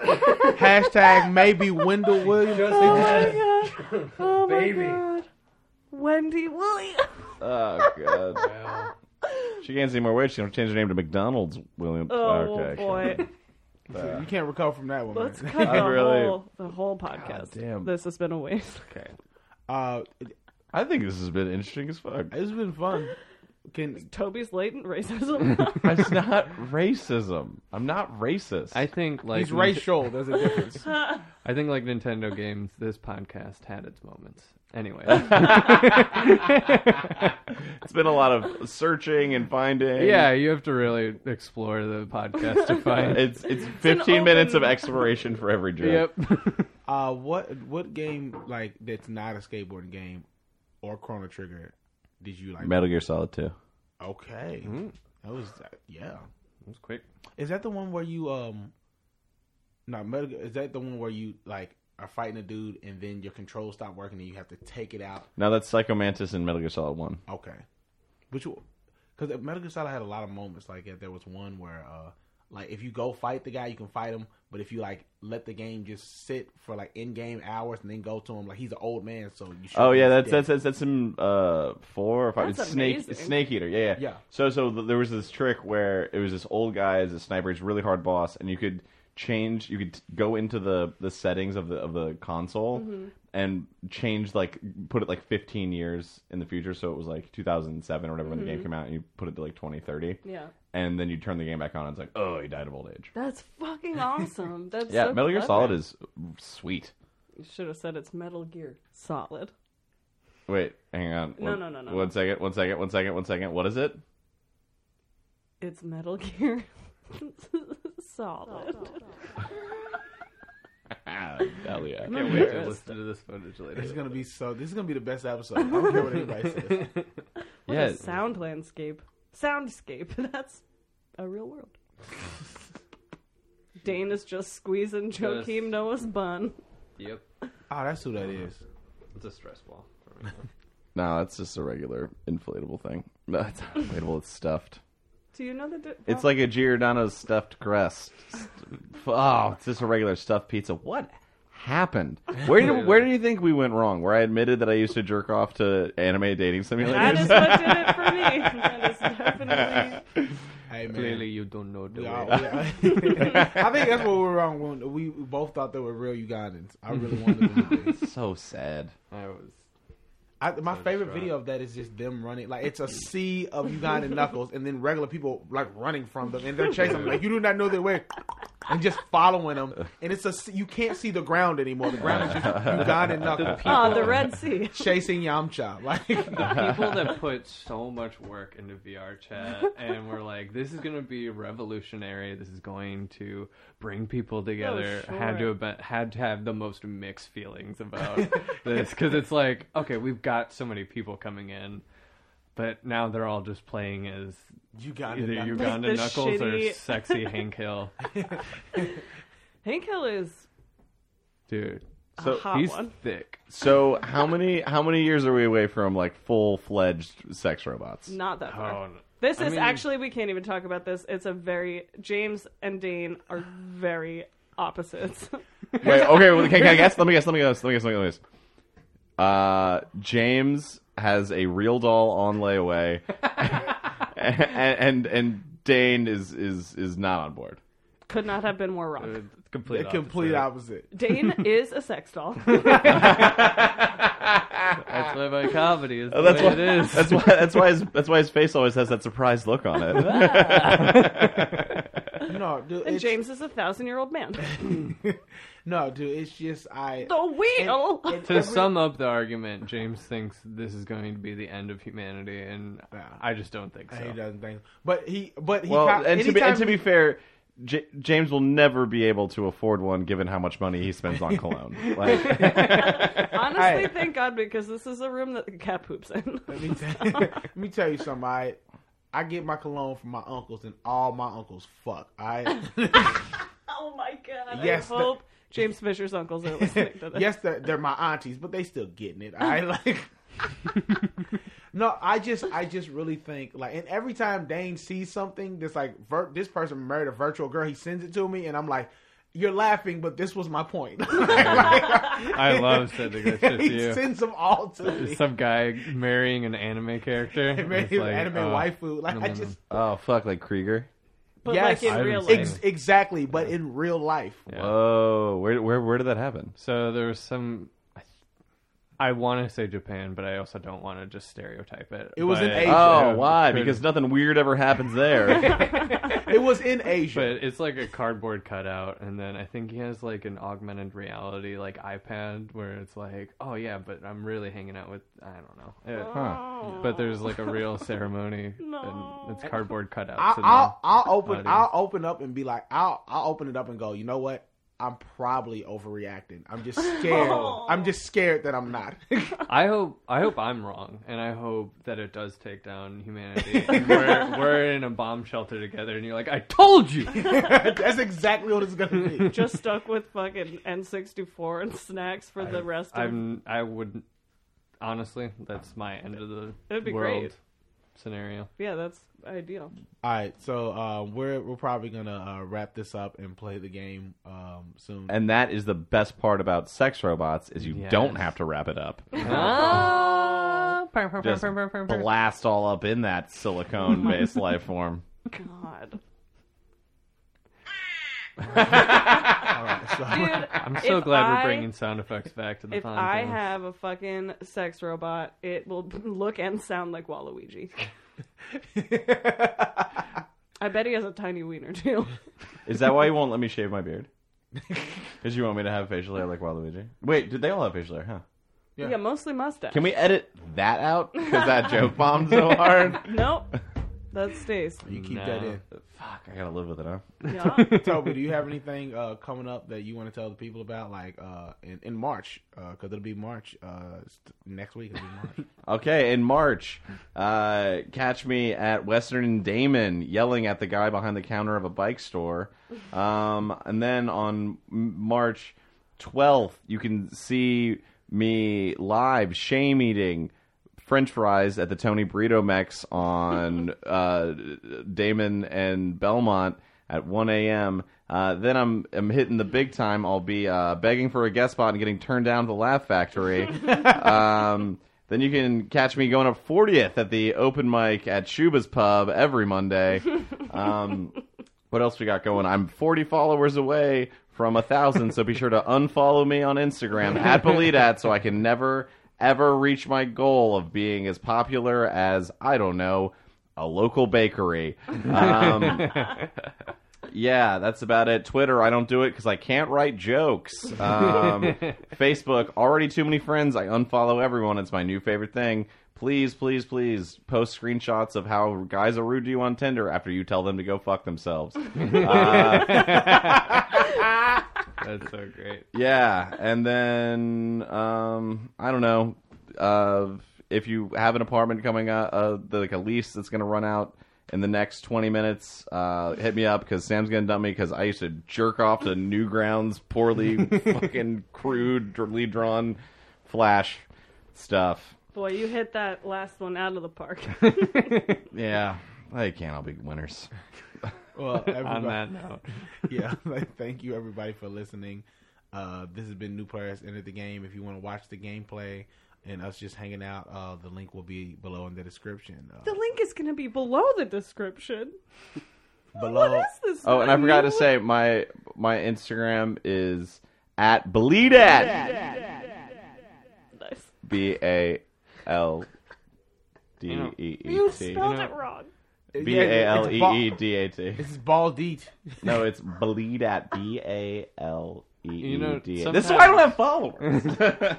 Hashtag maybe Wendell Williams.
Oh my god. Oh my
Baby.
god. Wendy Williams.
Oh god.
Wow.
She gains any more weight. She don't change her name to McDonald's. William.
Oh
okay.
boy.
So you can't recover from that one.
Let's
man.
cut
I
the,
really-
whole, the whole podcast.
damn.
This has been a waste.
Okay.
Uh,
I think this has been interesting as fuck.
it's been fun. Can
Toby's latent racism.
It's not racism. I'm not racist.
I think like
he's racial? There's a difference.
I think like Nintendo games, this podcast had its moments. Anyway,
it's been a lot of searching and finding.
yeah, you have to really explore the podcast to find.
It's it's 15 minutes of
open-
exploration for every joke.
yep.
Uh, what what game like that's not a skateboarding game or Chrono Trigger did you like?
Metal Gear Solid 2.
okay, that was yeah.
was quick.
Is that the one where you um? No, Metal Gear- is that the one where you like are fighting a dude and then your controls stop working and you have to take it out?
Now that's Psycho Mantis and Metal Gear Solid 1.
Okay, which because Metal Gear Solid had a lot of moments like that. There was one where uh, like if you go fight the guy, you can fight him, but if you like let the game just sit for like in game hours and then go to him, like he's an old man, so you. shoot
Oh
him,
yeah,
he's
that's
dead.
that's that's that's in uh four or five.
That's
it's snake
amazing.
it's snake eater. Yeah, yeah.
Yeah.
So so th- there was this trick where it was this old guy as a sniper. He's a really hard boss, and you could change. You could t- go into the the settings of the of the console
Mm-hmm.
and change like put it like 15 years in the future. So it was like 2007 or whatever when the
Mm-hmm.
game came out, and you put it to like 2030.
yeah.
And then you turn the game back on, and it's like, oh, he died of old age.
That's fucking awesome. That's
Yeah,
so
Metal Gear
clever.
Solid is sweet.
You should have said it's Metal Gear Solid.
Wait, hang on.
No,
One-
no, no, no.
One second, one second, one second, one second. What is it?
It's Metal Gear Solid.
Ah, hell yeah.
Can't wait to listen to this footage
It's
later.
gonna be so. This is gonna be the best episode. I don't care what anybody says.
What
Yeah.
a sound landscape. Soundscape. That's a real world. Dane is just squeezing Joakim
Yes.
Noah's bun.
Yep.
Oh, that's who that is.
It's a stress ball for me.
No, it's just a regular inflatable thing. No, it's not inflatable. It's stuffed.
Do you know the? Di- Oh,
It's like a Giordano's stuffed crust. Oh, it's just a regular stuffed pizza. What happened? Where did where do you think we went wrong? Where I admitted that I used to jerk off to anime dating
that
simulators?
is what did it for me. That is definitely.
Hey man.
Clearly, you don't know the
We all-
way.
we all- I think that's what we were wrong. When we both thought they were real Ugandans. I really wanted to do this.
so sad.
I was.
I, my favorite
distraught.
video of that is just them running. Like it's a sea of Ugandan knuckles, and then regular people like running from them, and they're chasing them. Like you do not know their way, and just following them. And it's a sea- you can't see the ground anymore. The ground is just Ugandan knuckles
Oh, the Red Sea.
chasing Yamcha. Like
people that put so much work into VR chat and were like, this is going to be revolutionary. This is going to bring people together.
Oh, sure.
Had to have been, had to have the most mixed feelings about this because it's like, okay, we've got so many people coming in, but now they're all just playing as
Ugandan
either
knuckles.
Uganda
the
Knuckles or
shitty-
sexy Hank Hill,
Hank Hill is
dude.
a
So
hot
He's
one.
thick.
so how many how many years are we away from like full fledged sex robots?
Not that far.
Oh,
This
I
is
mean-
actually we can't even talk about this. It's a very James and Dane are very opposites.
Wait, okay, well, can, can I guess? Let me guess. Let me guess. Let me guess. Let me guess. Uh, James has a real doll on layaway, and, and and Dane is is is not on board.
Could not have been more
uh,
wrong.
complete.
The complete
opposite.
opposite.
Dane is a sex doll.
That's why my comedy
Oh,
is the
Oh, that's
way
why
it is.
That's why that's why his that's why his face always has that surprised look on it.
No, dude,
And
it's,
James is a thousand year old man.
no, dude. It's just I.
The wheel.
to sum up the argument, James thinks this is going to be the end of humanity, and
Yeah.
I just don't think so.
He doesn't think, but he, but he.
Well,
ca-
and to be and
anytime
to be
he-
fair. J- James will never be able to afford one, given how much money he spends on cologne. Like,
Honestly, thank God because this is a room that the cat poops in.
Let me, tell, let me tell you something. I I get my cologne from my uncles, and all my uncles fuck. I
oh my God.
Yes, the-
I hope James Fisher's uncles are listening to this.
yes, they're, they're my aunties, but they still getting it. I like. no, I just I just really think like, and every time Dane sees something that's like vir- this person married a virtual girl, he sends it to me, and I'm like. you're laughing, but this was my point.
I love sending that shit to
he
you.
sends them all to me.
There's some guy marrying an anime character. and
Made
it's
him
like,
anime
oh,
waifu. Like
no,
I
no, no.
just
Oh fuck, like Krieger.
But
Yes.
like
I
in real
haven't seen
life.
ex- exactly, but in real life.
Yeah.
Whoa, where where where did that happen?
So there was some. I, th- I want to say Japan, but I also don't want to just stereotype it.
It was
but,
in Asia.
Oh,
it
why?
could-
Because nothing weird ever happens there.
It was in Asia.
But it's like a cardboard cutout, and then I think he has like an augmented reality like iPad where it's like, oh yeah, but I'm really hanging out with I don't know. It-
Oh.
But there's like a real ceremony,
No.
and it's cardboard cutouts.
I,
and
I'll I'll open
audience.
I'll open up and be like I'll I'll open it up and go. You know what? I'm probably overreacting. I'm just scared.
Oh.
I'm just scared that I'm not.
I hope I hope I'm wrong, and I hope that it does take down humanity. and we're, we're in a bomb shelter together, and you're like, I told you.
That's exactly what it's gonna be.
just stuck with fucking N64 and snacks for the rest of
I'm I would honestly, that's my end of the
That'd be
world
great.
scenario.
Yeah, that's ideal.
All right, so uh, we're we're probably gonna uh, wrap this up and play the game um, soon.
and that is the best part about sex robots is you
Yes.
don't have to wrap it up.
Oh,
Just blast all up in that silicone based life form.
God.
So-
Dude,
I'm so
If
glad
I-
we're bringing sound effects back to the
if
podcast.
I have a fucking sex robot, it will look and sound like Waluigi. I bet he has a tiny wiener too.
Is that why you won't let me shave my beard? Because you want me to have facial hair like Waluigi? Wait, did they all have facial hair? Huh?
Yeah.
Yeah, mostly mustache.
Can we edit that out? Because that joke bombed so hard.
Nope. That stays.
you keep
No.
that in.
Fuck, I gotta live with it, huh?
Yeah.
Toby, do you have anything uh, coming up that you want to tell the people about, like uh, in, in March? Because it'll be March uh, st- next week. It'll be March.
Okay, in March, uh, catch me at Western and Damon yelling at the guy behind the counter of a bike store. Um, and then on M- March 12th, you can see me live shame eating French fries at the Tony Burrito Mex on uh, Damon and Belmont at 1 a.m. Uh, then I'm, I'm hitting the big time. I'll be uh, begging for a guest spot and getting turned down at the Laugh Factory. um, then you can catch me going up 40th at the open mic at Shuba's Pub every Monday. Um, what else we got going? I'm 40 followers away from a thousand, so be sure to unfollow me on Instagram at Belidat so I can never ever reach my goal of being as popular as I don't know a local bakery. Um, yeah, that's about it. Twitter, I don't do it because I can't write jokes. Um, Facebook, already too many friends. I unfollow everyone. It's my new favorite thing. Please, please, please post screenshots of how guys are rude to you on Tinder after you tell them to go fuck themselves.
That's so great.
Yeah, and then um, I don't know uh, if you have an apartment coming up, uh, the, like a lease that's going to run out in the next twenty minutes. Uh, hit me up because Sam's going to dump me because I used to jerk off to Newgrounds poorly fucking crudely drawn flash stuff.
Boy, you hit that last one out of the park.
Yeah, they can't all be winners.
Well, everybody,
On that note,
yeah. Like, thank you everybody for listening. Uh, this has been New Players Enter the Game. If you want to watch the gameplay and us just hanging out, uh, the link will be below in the description. Uh,
the link is going to be below the description.
below.
What is this?
Oh, and I
new-
forgot to say my my Instagram is at Bleedat.
Nice.
B A L D E E
You
T.
spelled
know-
it wrong.
B A L E E D A T.
This is Baldeet.
No, it's bleed at B A L E
You know,
E D A. This is why I
sometimes-
don't have followers.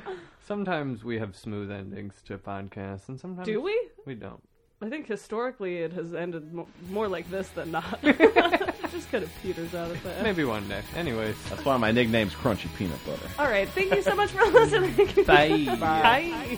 sometimes we have smooth endings to podcasts, and sometimes
Do we?
We don't.
I think historically it has ended mo- more like this than not. Just kind of peters out at that.
Maybe one day. Anyways,
That's why my nickname's Crunchy Peanut Butter.
All right. Thank you so much for listening. Bye.